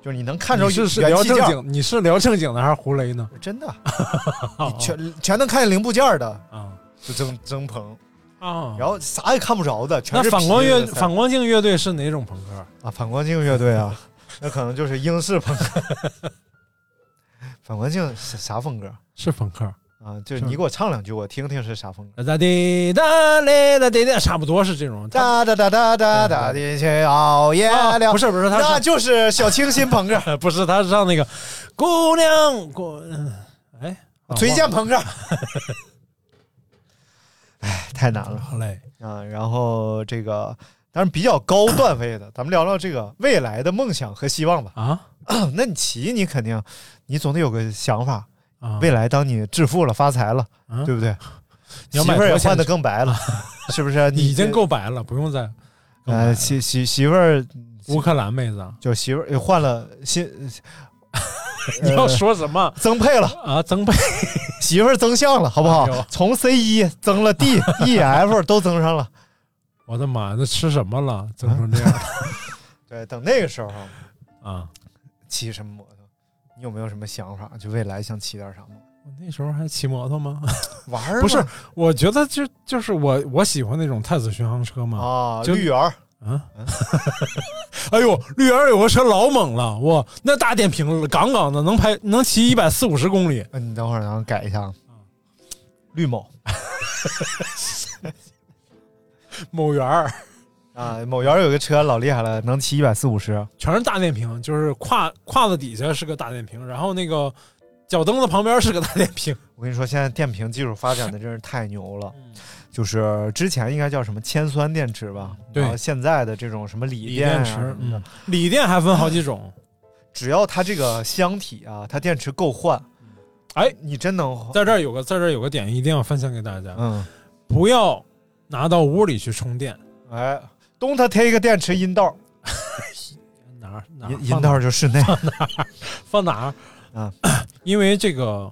[SPEAKER 10] 就是你能看着
[SPEAKER 9] 你是是
[SPEAKER 10] 元
[SPEAKER 9] 聊
[SPEAKER 10] 器
[SPEAKER 9] 正
[SPEAKER 10] 件儿，
[SPEAKER 9] 经，你是聊正经的啊还是胡雷 呢？
[SPEAKER 10] 真的，你全全能看见零部件儿的
[SPEAKER 9] 啊，
[SPEAKER 10] 就蒸蒸朋
[SPEAKER 9] 啊。
[SPEAKER 10] 然后啥也看不着的，全
[SPEAKER 9] 那
[SPEAKER 10] 是
[SPEAKER 9] 反光
[SPEAKER 10] 皮
[SPEAKER 9] 乐
[SPEAKER 10] 的赛
[SPEAKER 9] 反光镜乐队是哪种朋克？
[SPEAKER 10] 啊，反光镜乐队啊， 那可能就是英式朋克。 反光镜是啥风格
[SPEAKER 9] 是朋克。
[SPEAKER 10] 啊？就是你给我唱两句，我听听是啥风格。
[SPEAKER 9] 哒滴哒嘞哒滴哒，差不多是这种。它
[SPEAKER 10] 哒哒哒哒哒哒的去熬夜
[SPEAKER 9] 啊
[SPEAKER 10] 了，
[SPEAKER 9] 不是不是，他
[SPEAKER 10] 那就是小清新朋克、
[SPEAKER 9] 不是他唱那个姑娘姑，嗯哎，啊
[SPEAKER 10] 崔健
[SPEAKER 9] 忘了
[SPEAKER 10] 朋克。 哎，太难了
[SPEAKER 9] 好嘞，
[SPEAKER 10] 啊！然后这个，当然比较高段位的，咱们聊聊这个未来的梦想和希望吧。
[SPEAKER 9] 啊
[SPEAKER 10] 那你骑，你肯定，你总得有个想法。
[SPEAKER 9] 啊，
[SPEAKER 10] 未来当你致富了、发财了，
[SPEAKER 9] 啊
[SPEAKER 10] 对不对？
[SPEAKER 9] 你要
[SPEAKER 10] 媳
[SPEAKER 9] 买
[SPEAKER 10] 妇儿也
[SPEAKER 9] 多钱
[SPEAKER 10] 换的更白了，是不 是？
[SPEAKER 9] 你啊已经
[SPEAKER 10] 这
[SPEAKER 9] 够白了，不用再更白
[SPEAKER 10] 呃，
[SPEAKER 9] 了
[SPEAKER 10] 媳媳媳妇儿
[SPEAKER 9] 乌克兰妹 子啊，
[SPEAKER 10] 就媳妇儿也换了新，
[SPEAKER 9] 你要说什么
[SPEAKER 10] 增配了，
[SPEAKER 9] 啊？增倍
[SPEAKER 10] 媳妇儿增项了，好不好
[SPEAKER 9] 哎呦？
[SPEAKER 10] 从 C 一增了 D、E、F 都增上了。
[SPEAKER 9] 我的妈，那吃什么了？增成这样
[SPEAKER 10] 对，等那个时候
[SPEAKER 9] 啊！
[SPEAKER 10] 骑什么摩托？你有没有什么想法？就未来想骑点啥吗？
[SPEAKER 9] 我那时候还骑摩托吗？
[SPEAKER 10] 玩儿
[SPEAKER 9] 不是
[SPEAKER 10] 嘛
[SPEAKER 9] 我觉得就就是我我喜欢那种太子巡航车嘛。
[SPEAKER 10] 啊，
[SPEAKER 9] 就
[SPEAKER 10] 绿园儿
[SPEAKER 9] 啊，哎呦，绿园有个车老猛了，哇，那大电瓶杠杠的，能拍能骑一百四五十公里。
[SPEAKER 10] 嗯，你等会儿，然后改一下啊。
[SPEAKER 9] 嗯
[SPEAKER 10] 绿某
[SPEAKER 9] 某园儿
[SPEAKER 10] 啊，某园儿有个车老厉害了，能骑一百四五十。
[SPEAKER 9] 全是大电瓶，就是胯胯子底下是个大电瓶，然后那个脚蹬子旁边是个大电瓶。
[SPEAKER 10] 我跟你说，现在电瓶技术发展的真是太牛了，
[SPEAKER 9] 嗯
[SPEAKER 10] 就是之前应该叫什么铅酸电池吧，
[SPEAKER 9] 嗯对
[SPEAKER 10] 然后现在的这种什么锂
[SPEAKER 9] 锂
[SPEAKER 10] 电啊
[SPEAKER 9] 电池
[SPEAKER 10] 什，么的
[SPEAKER 9] 嗯，，锂电还分好几种。
[SPEAKER 10] 只要它这个箱体啊，它电池够换，
[SPEAKER 9] 哎，
[SPEAKER 10] 你真能换，
[SPEAKER 9] 在这儿有个，在这儿有个点一定要分享给大家，
[SPEAKER 10] 嗯，
[SPEAKER 9] 不要拿到屋里去充电。
[SPEAKER 10] 哎，Don't take 电池阴道，
[SPEAKER 9] 哪儿哪儿
[SPEAKER 10] 阴
[SPEAKER 9] 放
[SPEAKER 10] 阴
[SPEAKER 9] 哪儿
[SPEAKER 10] 道就室内，
[SPEAKER 9] 放哪儿？
[SPEAKER 10] 嗯
[SPEAKER 9] 因为这个，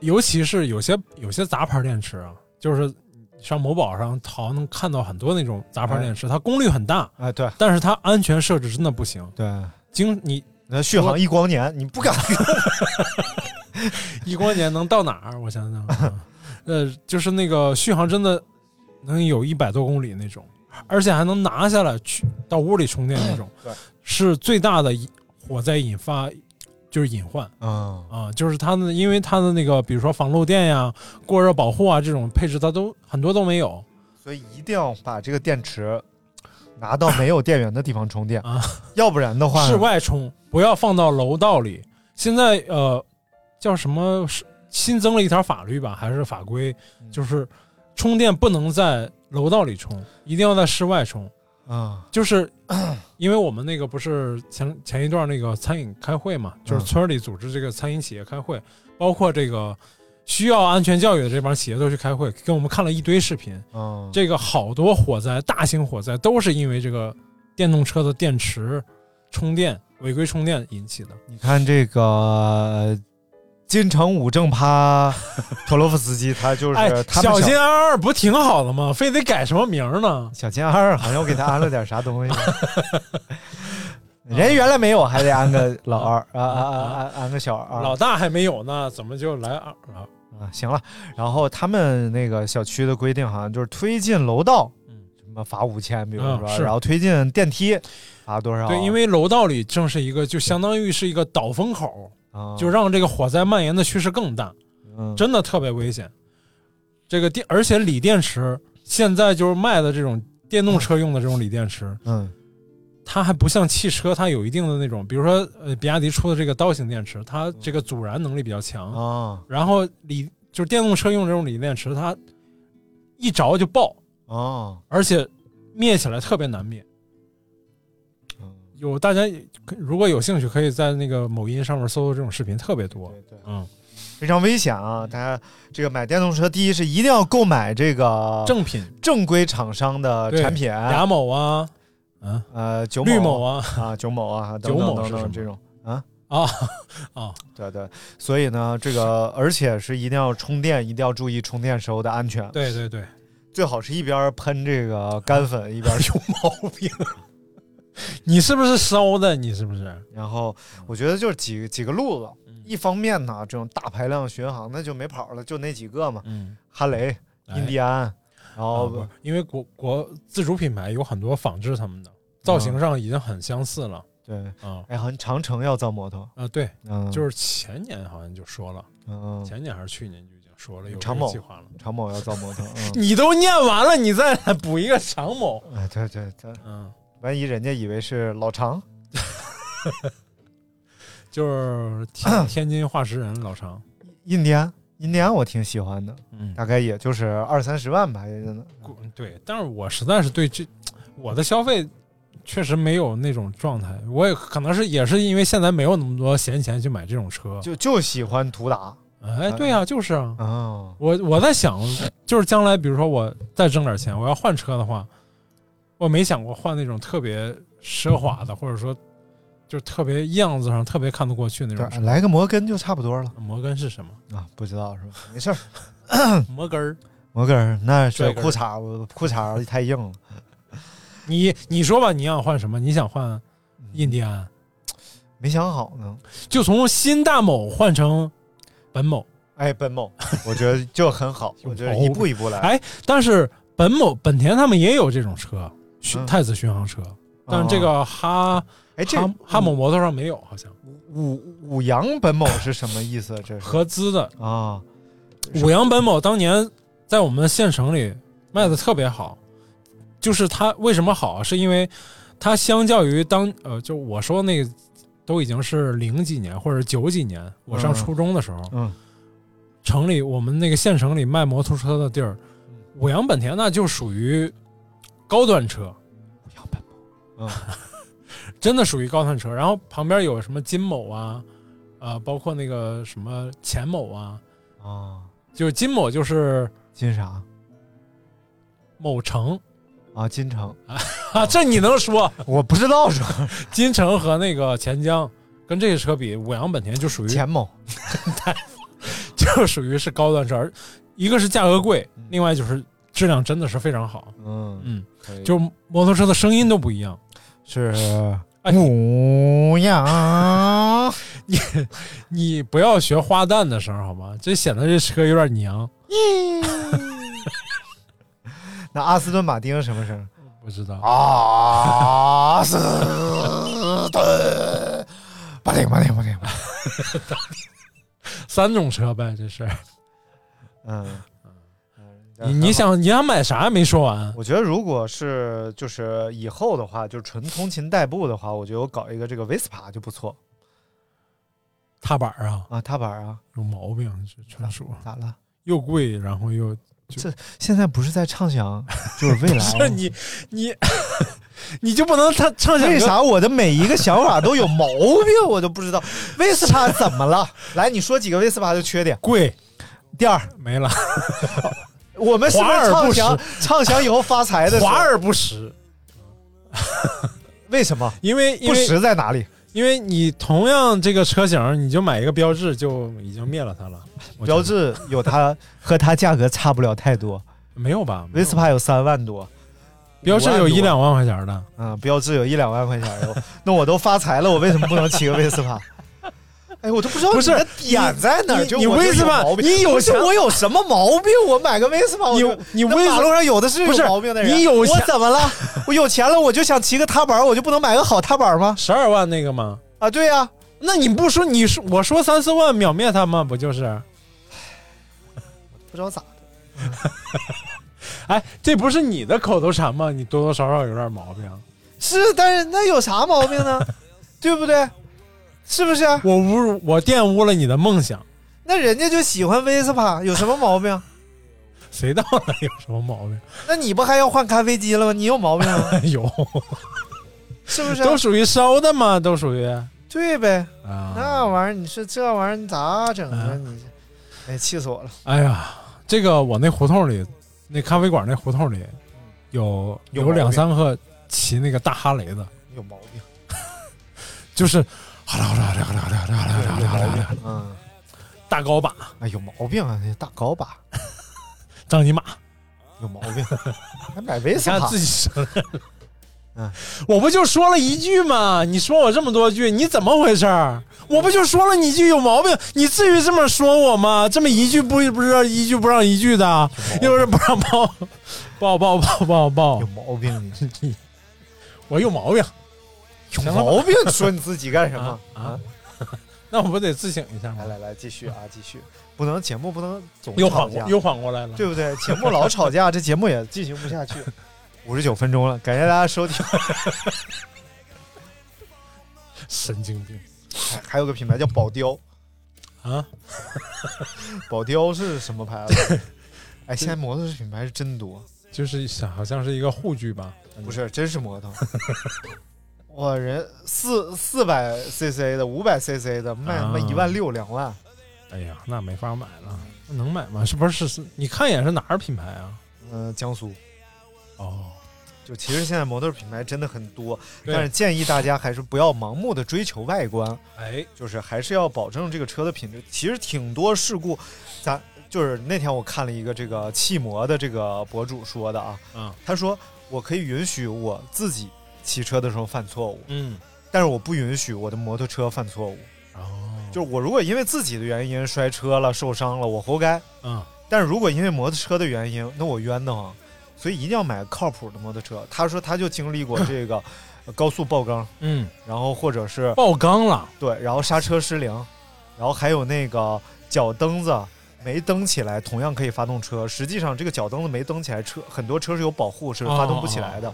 [SPEAKER 9] 尤其是有些有些杂牌电池啊，就是上某宝上淘能看到很多那种杂牌电池，它功率很大，
[SPEAKER 10] 哎，对
[SPEAKER 9] 但是它安全设置真的不行。
[SPEAKER 10] 对，
[SPEAKER 9] 经你
[SPEAKER 10] 那续航一光年，你不敢，
[SPEAKER 9] 一光年能到哪儿？我想想，啊呃，就是那个续航真的能有一百多公里那种，而且还能拿下来去到屋里充电那种
[SPEAKER 10] 对，
[SPEAKER 9] 是最大的一火灾引发就是隐患。
[SPEAKER 10] 嗯，
[SPEAKER 9] 啊，就是它的，因为它的那个，比如说防漏电呀、过热保护啊这种配置，它都很多都没有。
[SPEAKER 10] 所以一定要把这个电池拿到没有电源的地方充电
[SPEAKER 9] 啊，
[SPEAKER 10] 要不然的话，
[SPEAKER 9] 室外充不要放到楼道里。现在呃，叫什么是新增了一条法律吧，还是法规，就是充电不能在楼道里充，一定要在室外充。
[SPEAKER 10] 啊，
[SPEAKER 9] 就是因为我们那个不是前前一段那个餐饮开会嘛，就是村儿里组织这个餐饮企业开会，包括这个需要安全教育的这帮企业都去开会，给我们看了一堆视频。
[SPEAKER 10] 嗯，
[SPEAKER 9] 这个好多火灾，大型火灾都是因为这个电动车的电池充电违规充电引起的。
[SPEAKER 10] 你看这个金城武正 趴托洛夫斯基，他就是、
[SPEAKER 9] 哎，
[SPEAKER 10] 他们
[SPEAKER 9] 小金二二不挺好的吗？非得改什么名儿呢？
[SPEAKER 10] 小金二，好像我给他安了点啥东 西。人原来没有，还得安个老二啊啊啊啊！安个小二，
[SPEAKER 9] 老大还没有呢，怎么就来二啊？
[SPEAKER 10] 啊，行了。然后他们那个小区的规定，好像就是推进楼道，
[SPEAKER 9] 嗯
[SPEAKER 10] 什么罚五千，比如
[SPEAKER 9] 嗯
[SPEAKER 10] 说，
[SPEAKER 9] 是
[SPEAKER 10] 然后推进电梯罚多少？
[SPEAKER 9] 对，因为楼道里正是一个，就相当于是一个导风口，
[SPEAKER 10] 啊
[SPEAKER 9] 就让这个火灾蔓延的趋势更大，
[SPEAKER 10] 嗯
[SPEAKER 9] 真的特别危险。这个电，而且锂电池现在就是卖的这种电动车用的这种锂电池，
[SPEAKER 10] 嗯
[SPEAKER 9] 它还不像汽车，它有一定的那种，比如说呃，比亚迪出的这个刀型电池，它这个阻燃能力比较强
[SPEAKER 10] 哦
[SPEAKER 9] 啊。然后锂就是电动车用这种锂电池，它一着就爆
[SPEAKER 10] 啊，
[SPEAKER 9] 而且灭起来特别难灭。有大家可如果有兴趣，可以在那个某音上面搜搜这种视频，特别多。
[SPEAKER 10] 对
[SPEAKER 9] 嗯，
[SPEAKER 10] 非常危险啊！大家这个买电动车，第一是一定要购买这个
[SPEAKER 9] 正品、
[SPEAKER 10] 正规厂商的
[SPEAKER 9] 对
[SPEAKER 10] 哦呃产品，
[SPEAKER 9] 雅某啊，嗯
[SPEAKER 10] 呃，九
[SPEAKER 9] 绿
[SPEAKER 10] 某
[SPEAKER 9] 某啊
[SPEAKER 10] 啊，九某啊，等
[SPEAKER 9] 九
[SPEAKER 10] 等
[SPEAKER 9] 某
[SPEAKER 10] 等
[SPEAKER 9] 是什
[SPEAKER 10] 等
[SPEAKER 9] 么
[SPEAKER 10] 这种啊
[SPEAKER 9] 啊啊，
[SPEAKER 10] 对对，所以呢，这个而且是一定要充电，一定要注意充电时候的安全。
[SPEAKER 9] 对对对，
[SPEAKER 10] 最好是一边喷这个干 粉，一边有毛病。
[SPEAKER 9] 你是不是烧的？你是不是？
[SPEAKER 10] 然后我觉得就是几几个路子，
[SPEAKER 9] 嗯
[SPEAKER 10] 一方面呢，这种大排量巡航那就没跑了，就那几个嘛，
[SPEAKER 9] 嗯，
[SPEAKER 10] 哈雷、
[SPEAKER 9] 哎
[SPEAKER 10] 印第安，然
[SPEAKER 9] 哦，
[SPEAKER 10] 后
[SPEAKER 9] 不是因为国国自主品牌有很多仿制他们的，造型上已经很相似了。
[SPEAKER 10] 对，
[SPEAKER 9] 啊
[SPEAKER 10] 哎，好像长城要造摩托，
[SPEAKER 9] 啊，对，
[SPEAKER 10] 嗯，
[SPEAKER 9] 就是前年好像就说了，
[SPEAKER 10] 嗯，
[SPEAKER 9] 前年还是去年就已经说了有这
[SPEAKER 10] 长
[SPEAKER 9] 个
[SPEAKER 10] 某嗯
[SPEAKER 9] 计划了。
[SPEAKER 10] 长某要造摩 托，嗯
[SPEAKER 9] 你都念完了，你再来补一个长某，
[SPEAKER 10] 哎，对对对，
[SPEAKER 9] 嗯，
[SPEAKER 10] 万一人家以为是老常，
[SPEAKER 9] 就是 天天津化石人老常，
[SPEAKER 10] 印第安，印第安我挺喜欢的，
[SPEAKER 9] 嗯，
[SPEAKER 10] 大概也就是二三十万吧，也就能
[SPEAKER 9] 过嗯对，但是我实在是对这我的消费确实没有那种状态，我也可能是也是因为现在没有那么多闲钱去买这种车，
[SPEAKER 10] 就嗯就喜欢途达
[SPEAKER 9] 哎，对呀、就是啊，
[SPEAKER 10] 哦，
[SPEAKER 9] 我我在想，就是将来比如说我再挣点钱，我要换车的话，我没想过换那种特别奢华的，或者说就是特别样子上特别看得过去那种
[SPEAKER 10] 对，
[SPEAKER 9] 车。
[SPEAKER 10] 来个摩根就差不多了
[SPEAKER 9] 摩根是什么？
[SPEAKER 10] 啊，不知道是吧？没事儿，嗯
[SPEAKER 9] 摩根儿？
[SPEAKER 10] 摩根儿那是
[SPEAKER 9] 拽根儿
[SPEAKER 10] 裤衩，我裤衩太硬了。
[SPEAKER 9] 你你说吧，你想换什么？你想换 印第安，
[SPEAKER 10] 没想好 呢。
[SPEAKER 9] 就从新大某换成本某。
[SPEAKER 10] 哎，本某，我觉得就很 好，我觉得一步一步来。
[SPEAKER 9] 哎，但是本某本田他们也有这种车，巡太子巡航车，但这个哈
[SPEAKER 10] 嗯哎，嗯哦这
[SPEAKER 9] 哈哈某摩托上没有，好像
[SPEAKER 10] 五五羊本某是什么意思？这是
[SPEAKER 9] 合资的。
[SPEAKER 10] 啊，
[SPEAKER 9] 五羊本某当年在我们县城里卖的特别好，就是它为什么好，啊是因为它相较于当呃，就我说那个都已经是零几年或者九几年，我上初中的时候，
[SPEAKER 10] 嗯
[SPEAKER 9] 城里我们那个县城里卖摩托车的地儿，
[SPEAKER 10] 嗯
[SPEAKER 9] 五羊本田那就属于高端车，
[SPEAKER 10] 嗯，
[SPEAKER 9] 真的属于高端车。然后旁边有什么金某啊，呃，包括那个什么钱某啊，
[SPEAKER 10] 啊，
[SPEAKER 9] 就是金某就是
[SPEAKER 10] 金啥
[SPEAKER 9] 某城。
[SPEAKER 10] 啊？金城，
[SPEAKER 9] 啊，这你能说？
[SPEAKER 10] 我不知道是 吧
[SPEAKER 9] 金城和那个钱江跟这些车比，五羊本田就属于
[SPEAKER 10] 钱某
[SPEAKER 9] 就属于是高端车，而一个是价格贵，另外就是质量真的是非常好。
[SPEAKER 10] 嗯
[SPEAKER 9] 嗯，
[SPEAKER 10] 可以
[SPEAKER 9] 就摩托车的声音都不一样。
[SPEAKER 10] 是
[SPEAKER 9] 哎
[SPEAKER 10] 母羊。
[SPEAKER 9] 你不要学花旦的声儿好吗？这显得这车有点娘。
[SPEAKER 10] 那阿斯顿马丁什么声？
[SPEAKER 9] 不知道，
[SPEAKER 10] 阿斯顿，马丁马丁马丁。
[SPEAKER 9] 三种车呗，这是。
[SPEAKER 10] 嗯，嗯
[SPEAKER 9] 你你，想你想买啥没说完？
[SPEAKER 10] 我觉得如果是就是以后的话，就纯通勤代步的话，我觉得我搞一个这个 Vespa 就不错
[SPEAKER 9] 踏板儿啊，
[SPEAKER 10] 啊，踏板啊，
[SPEAKER 9] 有毛病，这纯属
[SPEAKER 10] 咋了？
[SPEAKER 9] 又贵，然后又
[SPEAKER 10] 现在不是在畅想， 就是未
[SPEAKER 9] 是
[SPEAKER 10] 来。
[SPEAKER 9] 你你 你就不能他畅想
[SPEAKER 10] 为
[SPEAKER 9] 一个
[SPEAKER 10] 啥我的每一个想法都有毛病， 我都不知道 Vespa 怎么了？ 来，你说几个 Vespa 的缺点？
[SPEAKER 9] 贵
[SPEAKER 10] 第二，
[SPEAKER 9] 没了？
[SPEAKER 10] 我们是不
[SPEAKER 9] 华
[SPEAKER 10] 是
[SPEAKER 9] 而
[SPEAKER 10] 畅
[SPEAKER 9] 不实
[SPEAKER 10] 想畅想以后发财的时候？
[SPEAKER 9] 华而不实，
[SPEAKER 10] 为什么
[SPEAKER 9] 因为因
[SPEAKER 10] 不
[SPEAKER 9] 为
[SPEAKER 10] 实在哪里？
[SPEAKER 9] 因为你同样这个车型，你就买一个标志就已经灭了它了。
[SPEAKER 10] 哎
[SPEAKER 9] 我觉得
[SPEAKER 10] 标志有它和它价格差不了太多
[SPEAKER 9] 没有吧？没有吧
[SPEAKER 10] ，Vespa 有三万多，
[SPEAKER 9] 标志有一
[SPEAKER 10] 嗯五万
[SPEAKER 9] 两万块钱的，
[SPEAKER 10] 多，嗯，标志有一两万块钱儿，我那我都发财了，我为什么不能骑个 Vespa？哎，我都不知道
[SPEAKER 9] 不是
[SPEAKER 10] 你的点在哪儿，
[SPEAKER 9] 你
[SPEAKER 10] 就
[SPEAKER 9] 你
[SPEAKER 10] 我就
[SPEAKER 9] Vespa，
[SPEAKER 10] 毛病
[SPEAKER 9] 你有
[SPEAKER 10] 不是
[SPEAKER 9] 钱
[SPEAKER 10] 我有什么毛病？我买个 Vespa，我
[SPEAKER 9] 你
[SPEAKER 10] 就
[SPEAKER 9] 你
[SPEAKER 10] 那
[SPEAKER 9] Vespa-
[SPEAKER 10] 马路上有的是
[SPEAKER 9] 不是
[SPEAKER 10] 有毛病的人，
[SPEAKER 9] 你有钱
[SPEAKER 10] 我怎么了？我有钱了，我就想骑个踏板儿，我就不能买个好踏板儿吗？
[SPEAKER 9] 十二万那个吗？
[SPEAKER 10] 啊，对呀、
[SPEAKER 9] 那你不说你说我说三四万秒灭他吗？不就是？
[SPEAKER 10] 不知道咋的，啊
[SPEAKER 9] 哎，这不是你的口头禅吗？你多多少少有点毛病。
[SPEAKER 10] 是，但是那有啥毛病呢？对不对？是不是？
[SPEAKER 9] 我污我玷污了你的梦想，
[SPEAKER 10] 那人家就喜欢威斯帕，有什么毛病？
[SPEAKER 9] 谁到了有什么毛病？
[SPEAKER 10] 那你不还要换咖啡机了吗？你有毛病吗？
[SPEAKER 9] 有，
[SPEAKER 10] 是不是？啊
[SPEAKER 9] 都属于烧的嘛，都属于
[SPEAKER 10] 对呗。
[SPEAKER 9] 啊。
[SPEAKER 10] 那玩意儿，你说这玩意儿你咋整啊？你这，哎，气死我了！
[SPEAKER 9] 哎呀，这个我那胡同里，那咖啡馆那胡同里，有
[SPEAKER 10] 有
[SPEAKER 9] 有
[SPEAKER 10] 毛病
[SPEAKER 9] 两三个骑那个大哈雷的，
[SPEAKER 10] 有毛病，
[SPEAKER 9] 就是哈啦哈啦哈啦哈啦哈啦哈啦哈啦哈啦，
[SPEAKER 10] 嗯，
[SPEAKER 9] 大高把
[SPEAKER 10] 哎，有毛病啊！那大镐把
[SPEAKER 9] 张尼玛，
[SPEAKER 10] 有毛病， 还买威
[SPEAKER 9] 你
[SPEAKER 10] 斯
[SPEAKER 9] 看
[SPEAKER 10] 帕
[SPEAKER 9] 自己承认了。
[SPEAKER 10] 嗯，
[SPEAKER 9] 我不就说了一句吗？你说我这么多句，你怎么回事儿？我不就说了你一句有毛病，你至于这么说我吗？这么一句不不是一句不让一句的，又是不让抱，抱抱抱抱抱
[SPEAKER 10] 有，毛病，你
[SPEAKER 9] 我有毛病。
[SPEAKER 10] 有
[SPEAKER 9] 行了吧
[SPEAKER 10] 毛病，你说你自己干什么
[SPEAKER 9] 啊啊 那我不得自省一下
[SPEAKER 10] 来
[SPEAKER 9] 吗？
[SPEAKER 10] 来来，继续啊，继续，不能节目不能总
[SPEAKER 9] 又
[SPEAKER 10] 吵
[SPEAKER 9] 缓
[SPEAKER 10] 架
[SPEAKER 9] 过，又缓过来了。
[SPEAKER 10] 对不对？节目老吵 架，这节目也进行不下去。五十九分钟了，感谢大家收听。
[SPEAKER 9] 神经病
[SPEAKER 10] 还还有个品牌叫宝雕，
[SPEAKER 9] 啊！
[SPEAKER 10] 宝雕是什么牌 子？哎，现在摩托车品牌是真多，
[SPEAKER 9] 就是想好像是一个护具吧？
[SPEAKER 10] 不是真是 摩托。哇，人四四百 CC 的、五百 CC 的卖他妈
[SPEAKER 9] 啊
[SPEAKER 10] 一万六、两万，
[SPEAKER 9] 哎呀，那没法买了，那能买吗？是不是？是，你看一眼是哪儿品牌啊？
[SPEAKER 10] 嗯、江苏。
[SPEAKER 9] 哦，
[SPEAKER 10] 就其实现在摩托品牌真的很多，
[SPEAKER 9] 对
[SPEAKER 10] 但是建议大家还是不要盲目的追求外观，
[SPEAKER 9] 哎，
[SPEAKER 10] 就是还是要保证这个车的品质。其实挺多事故，咱就是那天我看了一个这个汽摩的这个博主说的啊，
[SPEAKER 9] 嗯
[SPEAKER 10] 他说我可以允许我自己骑车的时候犯错误，
[SPEAKER 9] 嗯，
[SPEAKER 10] 但是我不允许我的摩托车犯错误。
[SPEAKER 9] 哦，
[SPEAKER 10] 就是我如果因为自己的原因摔车了、受伤了，我活该；
[SPEAKER 9] 嗯，
[SPEAKER 10] 但是如果因为摩托车的原因，那我冤得慌。所以一定要买靠谱的摩托车。他说他就经历过这个呃高速爆缸，
[SPEAKER 9] 嗯，
[SPEAKER 10] 然后或者是
[SPEAKER 9] 爆缸了，
[SPEAKER 10] 对，然后刹车失灵，然后还有那个脚蹬子没蹬起来，同样可以发动车。实际上，这个脚蹬子没蹬起来，车很多车是有保护，是发动不起来的。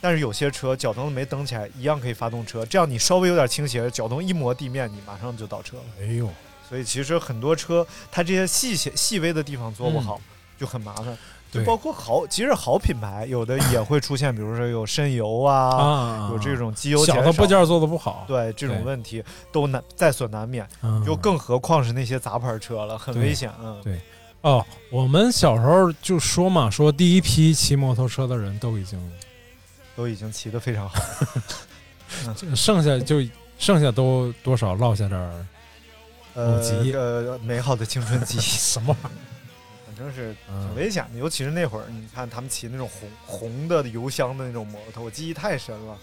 [SPEAKER 10] 但是有些车脚蹬子没蹬起来，一样可以发动车。这样你稍微有点倾斜，脚蹬一磨地面，你马上就倒车了。
[SPEAKER 9] 哎呦，
[SPEAKER 10] 所以其实很多车它这些细些细微的地方做不好，就很麻烦。就
[SPEAKER 9] 嗯对
[SPEAKER 10] 包括好，其实好品牌有的也会出现，比如说有渗油啊，
[SPEAKER 9] 啊
[SPEAKER 10] 有这种机油
[SPEAKER 9] 小
[SPEAKER 10] 减
[SPEAKER 9] 的
[SPEAKER 10] 少
[SPEAKER 9] 部件做的不好，
[SPEAKER 10] 对这种
[SPEAKER 9] 对
[SPEAKER 10] 问题都难在所难免，
[SPEAKER 9] 嗯
[SPEAKER 10] 就更何况是那些杂牌车了，很
[SPEAKER 9] 对
[SPEAKER 10] 危险。嗯，
[SPEAKER 9] 对哦。我们小时候就说嘛，说第一批骑摩托车的人都已经
[SPEAKER 10] 都已经骑得非常 好。
[SPEAKER 9] 剩下就剩下都多少落下点儿
[SPEAKER 10] 呃
[SPEAKER 9] 级，
[SPEAKER 10] 呃，美好的青春期
[SPEAKER 9] 什么玩意儿？
[SPEAKER 10] 反正是挺
[SPEAKER 9] 嗯
[SPEAKER 10] 危险的，尤其是那会儿，你看他们骑那种红红的油箱的那种摩托，我记忆太深了。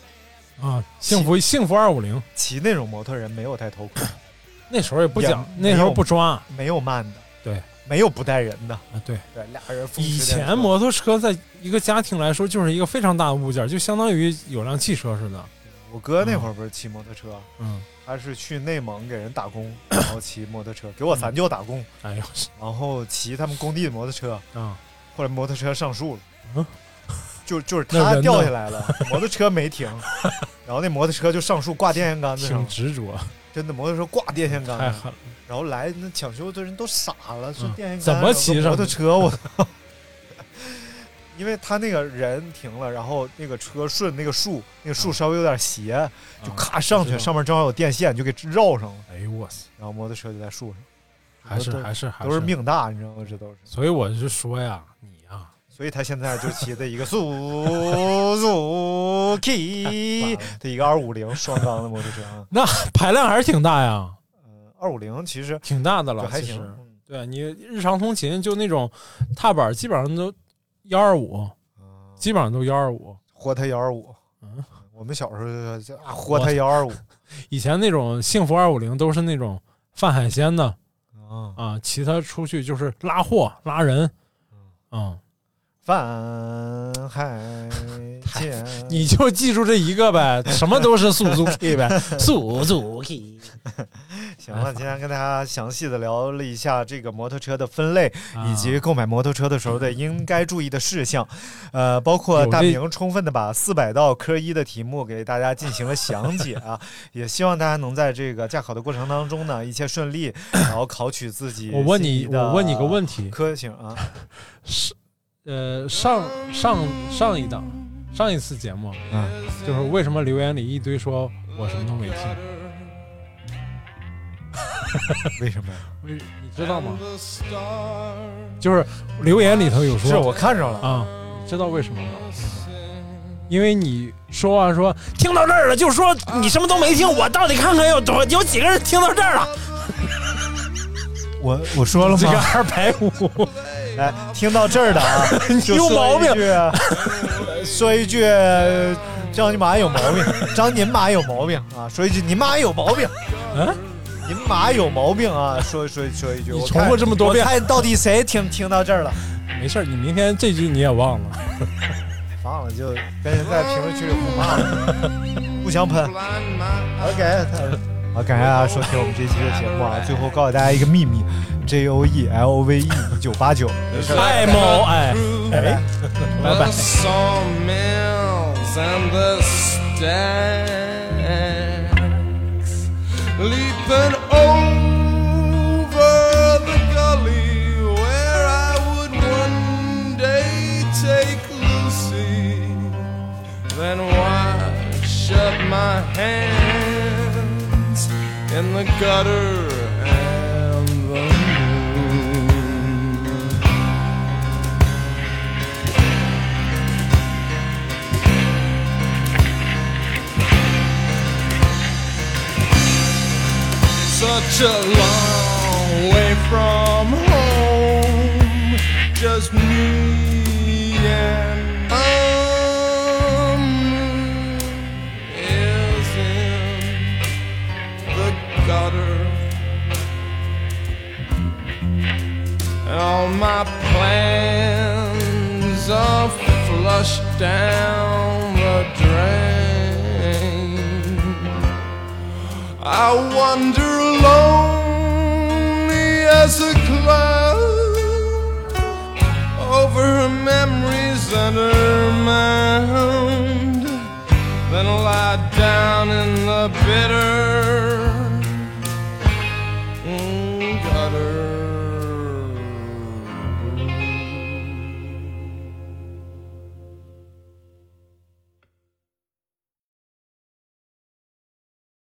[SPEAKER 9] 啊，幸福幸福二五零
[SPEAKER 10] 骑那种摩托人没有戴头盔，
[SPEAKER 9] 那时候也不讲，
[SPEAKER 10] 也
[SPEAKER 9] 那时候不抓啊，
[SPEAKER 10] 没有慢的，
[SPEAKER 9] 对，
[SPEAKER 10] 没有不带人的，
[SPEAKER 9] 对。
[SPEAKER 10] 啊对，俩人风驰
[SPEAKER 9] 以
[SPEAKER 10] 电掣
[SPEAKER 9] 前摩托车在一个家庭来说就是一个非常大的物件，就相当于有辆汽车似的。
[SPEAKER 10] 我哥那会儿不是骑摩托车，
[SPEAKER 9] 嗯，
[SPEAKER 10] 他是去内蒙给人打工，然后骑摩托车，给我三舅打工，
[SPEAKER 9] 哎呦，
[SPEAKER 10] 然后骑他们工地的摩托车，
[SPEAKER 9] 啊，
[SPEAKER 10] 后来摩托车上树了，
[SPEAKER 9] 嗯
[SPEAKER 10] 就就是
[SPEAKER 9] 那人
[SPEAKER 10] 他
[SPEAKER 9] 呢
[SPEAKER 10] 掉下来了，摩托车没停，然后那摩托车就上树挂电线杆子上
[SPEAKER 9] 挺
[SPEAKER 10] 了，
[SPEAKER 9] 执着，
[SPEAKER 10] 真的摩托车挂电线杆子
[SPEAKER 9] 太
[SPEAKER 10] 上，
[SPEAKER 9] 狠了。
[SPEAKER 10] 然后来那抢修的人都傻了，说
[SPEAKER 9] 嗯
[SPEAKER 10] 电线杆
[SPEAKER 9] 怎么
[SPEAKER 10] 有个
[SPEAKER 9] 骑上
[SPEAKER 10] 摩托
[SPEAKER 9] 去
[SPEAKER 10] 车？ 我操！因为他那个人停了，然后那个车顺那个树，那个树
[SPEAKER 9] 嗯
[SPEAKER 10] 稍微有点斜，就
[SPEAKER 9] 啊
[SPEAKER 10] 咔上
[SPEAKER 9] 我
[SPEAKER 10] 去，
[SPEAKER 9] 知道
[SPEAKER 10] 上面正好有电线，就给绕上了，
[SPEAKER 9] 哎呦我操，
[SPEAKER 10] 然后摩托车就在树上，
[SPEAKER 9] 还是
[SPEAKER 10] 都
[SPEAKER 9] 还是还
[SPEAKER 10] 都是。命大，你知道吗？这都是。
[SPEAKER 9] 所以我就说呀，你呀、
[SPEAKER 10] 所以他现在就骑的 一个 Suzuki 的一个二五零双缸的摩托车啊，
[SPEAKER 9] 那排量还是挺大呀，
[SPEAKER 10] 嗯，二五零其实
[SPEAKER 9] 挺大的
[SPEAKER 10] 就
[SPEAKER 9] 了，
[SPEAKER 10] 还
[SPEAKER 9] 其
[SPEAKER 10] 行，
[SPEAKER 9] 实
[SPEAKER 10] 嗯
[SPEAKER 9] 对你日常通勤就那种踏板，基本上都幺二五，
[SPEAKER 10] 嗯
[SPEAKER 9] 基本上都幺二五。
[SPEAKER 10] 豁他幺二五
[SPEAKER 9] 嗯，
[SPEAKER 10] 我们小时候就说啊豁他幺二五
[SPEAKER 9] 以前那种幸福二五零都是那种贩海鲜的
[SPEAKER 10] 啊，
[SPEAKER 9] 哦
[SPEAKER 10] 嗯
[SPEAKER 9] 啊，骑它出去就是拉货拉人，嗯，
[SPEAKER 10] 饭海 见。
[SPEAKER 9] 你就记住这一个呗，什么都是 速速 K 呗，速速 K。
[SPEAKER 10] 行了，今天跟大家详细的聊了一下这个摩托车的分类，
[SPEAKER 9] 啊
[SPEAKER 10] 以及购买摩托车的时候
[SPEAKER 9] 嗯
[SPEAKER 10] 的应该注意的事项，呃，包括大明充分的把四百道科一的题目给大家进行了详解 啊，也希望大家能在这个驾考的过程当中呢，一切顺 利，然后考取自己。
[SPEAKER 9] 我问你，我问你个问题，
[SPEAKER 10] 科型啊，
[SPEAKER 9] 是呃上上上一档上一次节目，
[SPEAKER 10] 嗯，
[SPEAKER 9] 就是为什么留言里一堆说我什么都没听。
[SPEAKER 10] 为什么呀？
[SPEAKER 9] 为你知道吗？就是留言里头有说，
[SPEAKER 10] 是我看着了
[SPEAKER 9] 啊、你知道为什么吗？因为你说话说听到这儿了，就说你什么都没听，我到底看看有多有几个人听到这儿了？
[SPEAKER 10] 我我说了吗？
[SPEAKER 9] 这个二百五，
[SPEAKER 10] 哎，听到这儿的 啊，就
[SPEAKER 9] 有毛病
[SPEAKER 10] 说一句，说一句张你妈有毛病，张您妈有毛病啊，说一句您妈有毛病，
[SPEAKER 9] 嗯、
[SPEAKER 10] 您妈有毛病啊，说说说一句，
[SPEAKER 9] 你
[SPEAKER 10] 我
[SPEAKER 9] 重
[SPEAKER 10] 看
[SPEAKER 9] 复这么多遍
[SPEAKER 10] 我看到底谁听听到这儿了？
[SPEAKER 9] 没事儿，你明天这句你也忘了。
[SPEAKER 10] 忘了就跟人在评论区里互骂了，互相喷。OK，好，感谢大家收听我们这期的节目啊！最后告诉大家一个秘密，J O E L O V E 一九八九，没事儿
[SPEAKER 9] 爱猫爱，
[SPEAKER 10] 哎，拜拜。
[SPEAKER 12] sawmills and the stacks, leaping over the gully where I would one day take Lucy, then wash up my hands in the gutter and the moon. such a long way from home. Just me and um is in the gutter. And all my plans are flushed down the drain. I wander lonely as a cloud over her memories and her mound. Then lie down in the bitter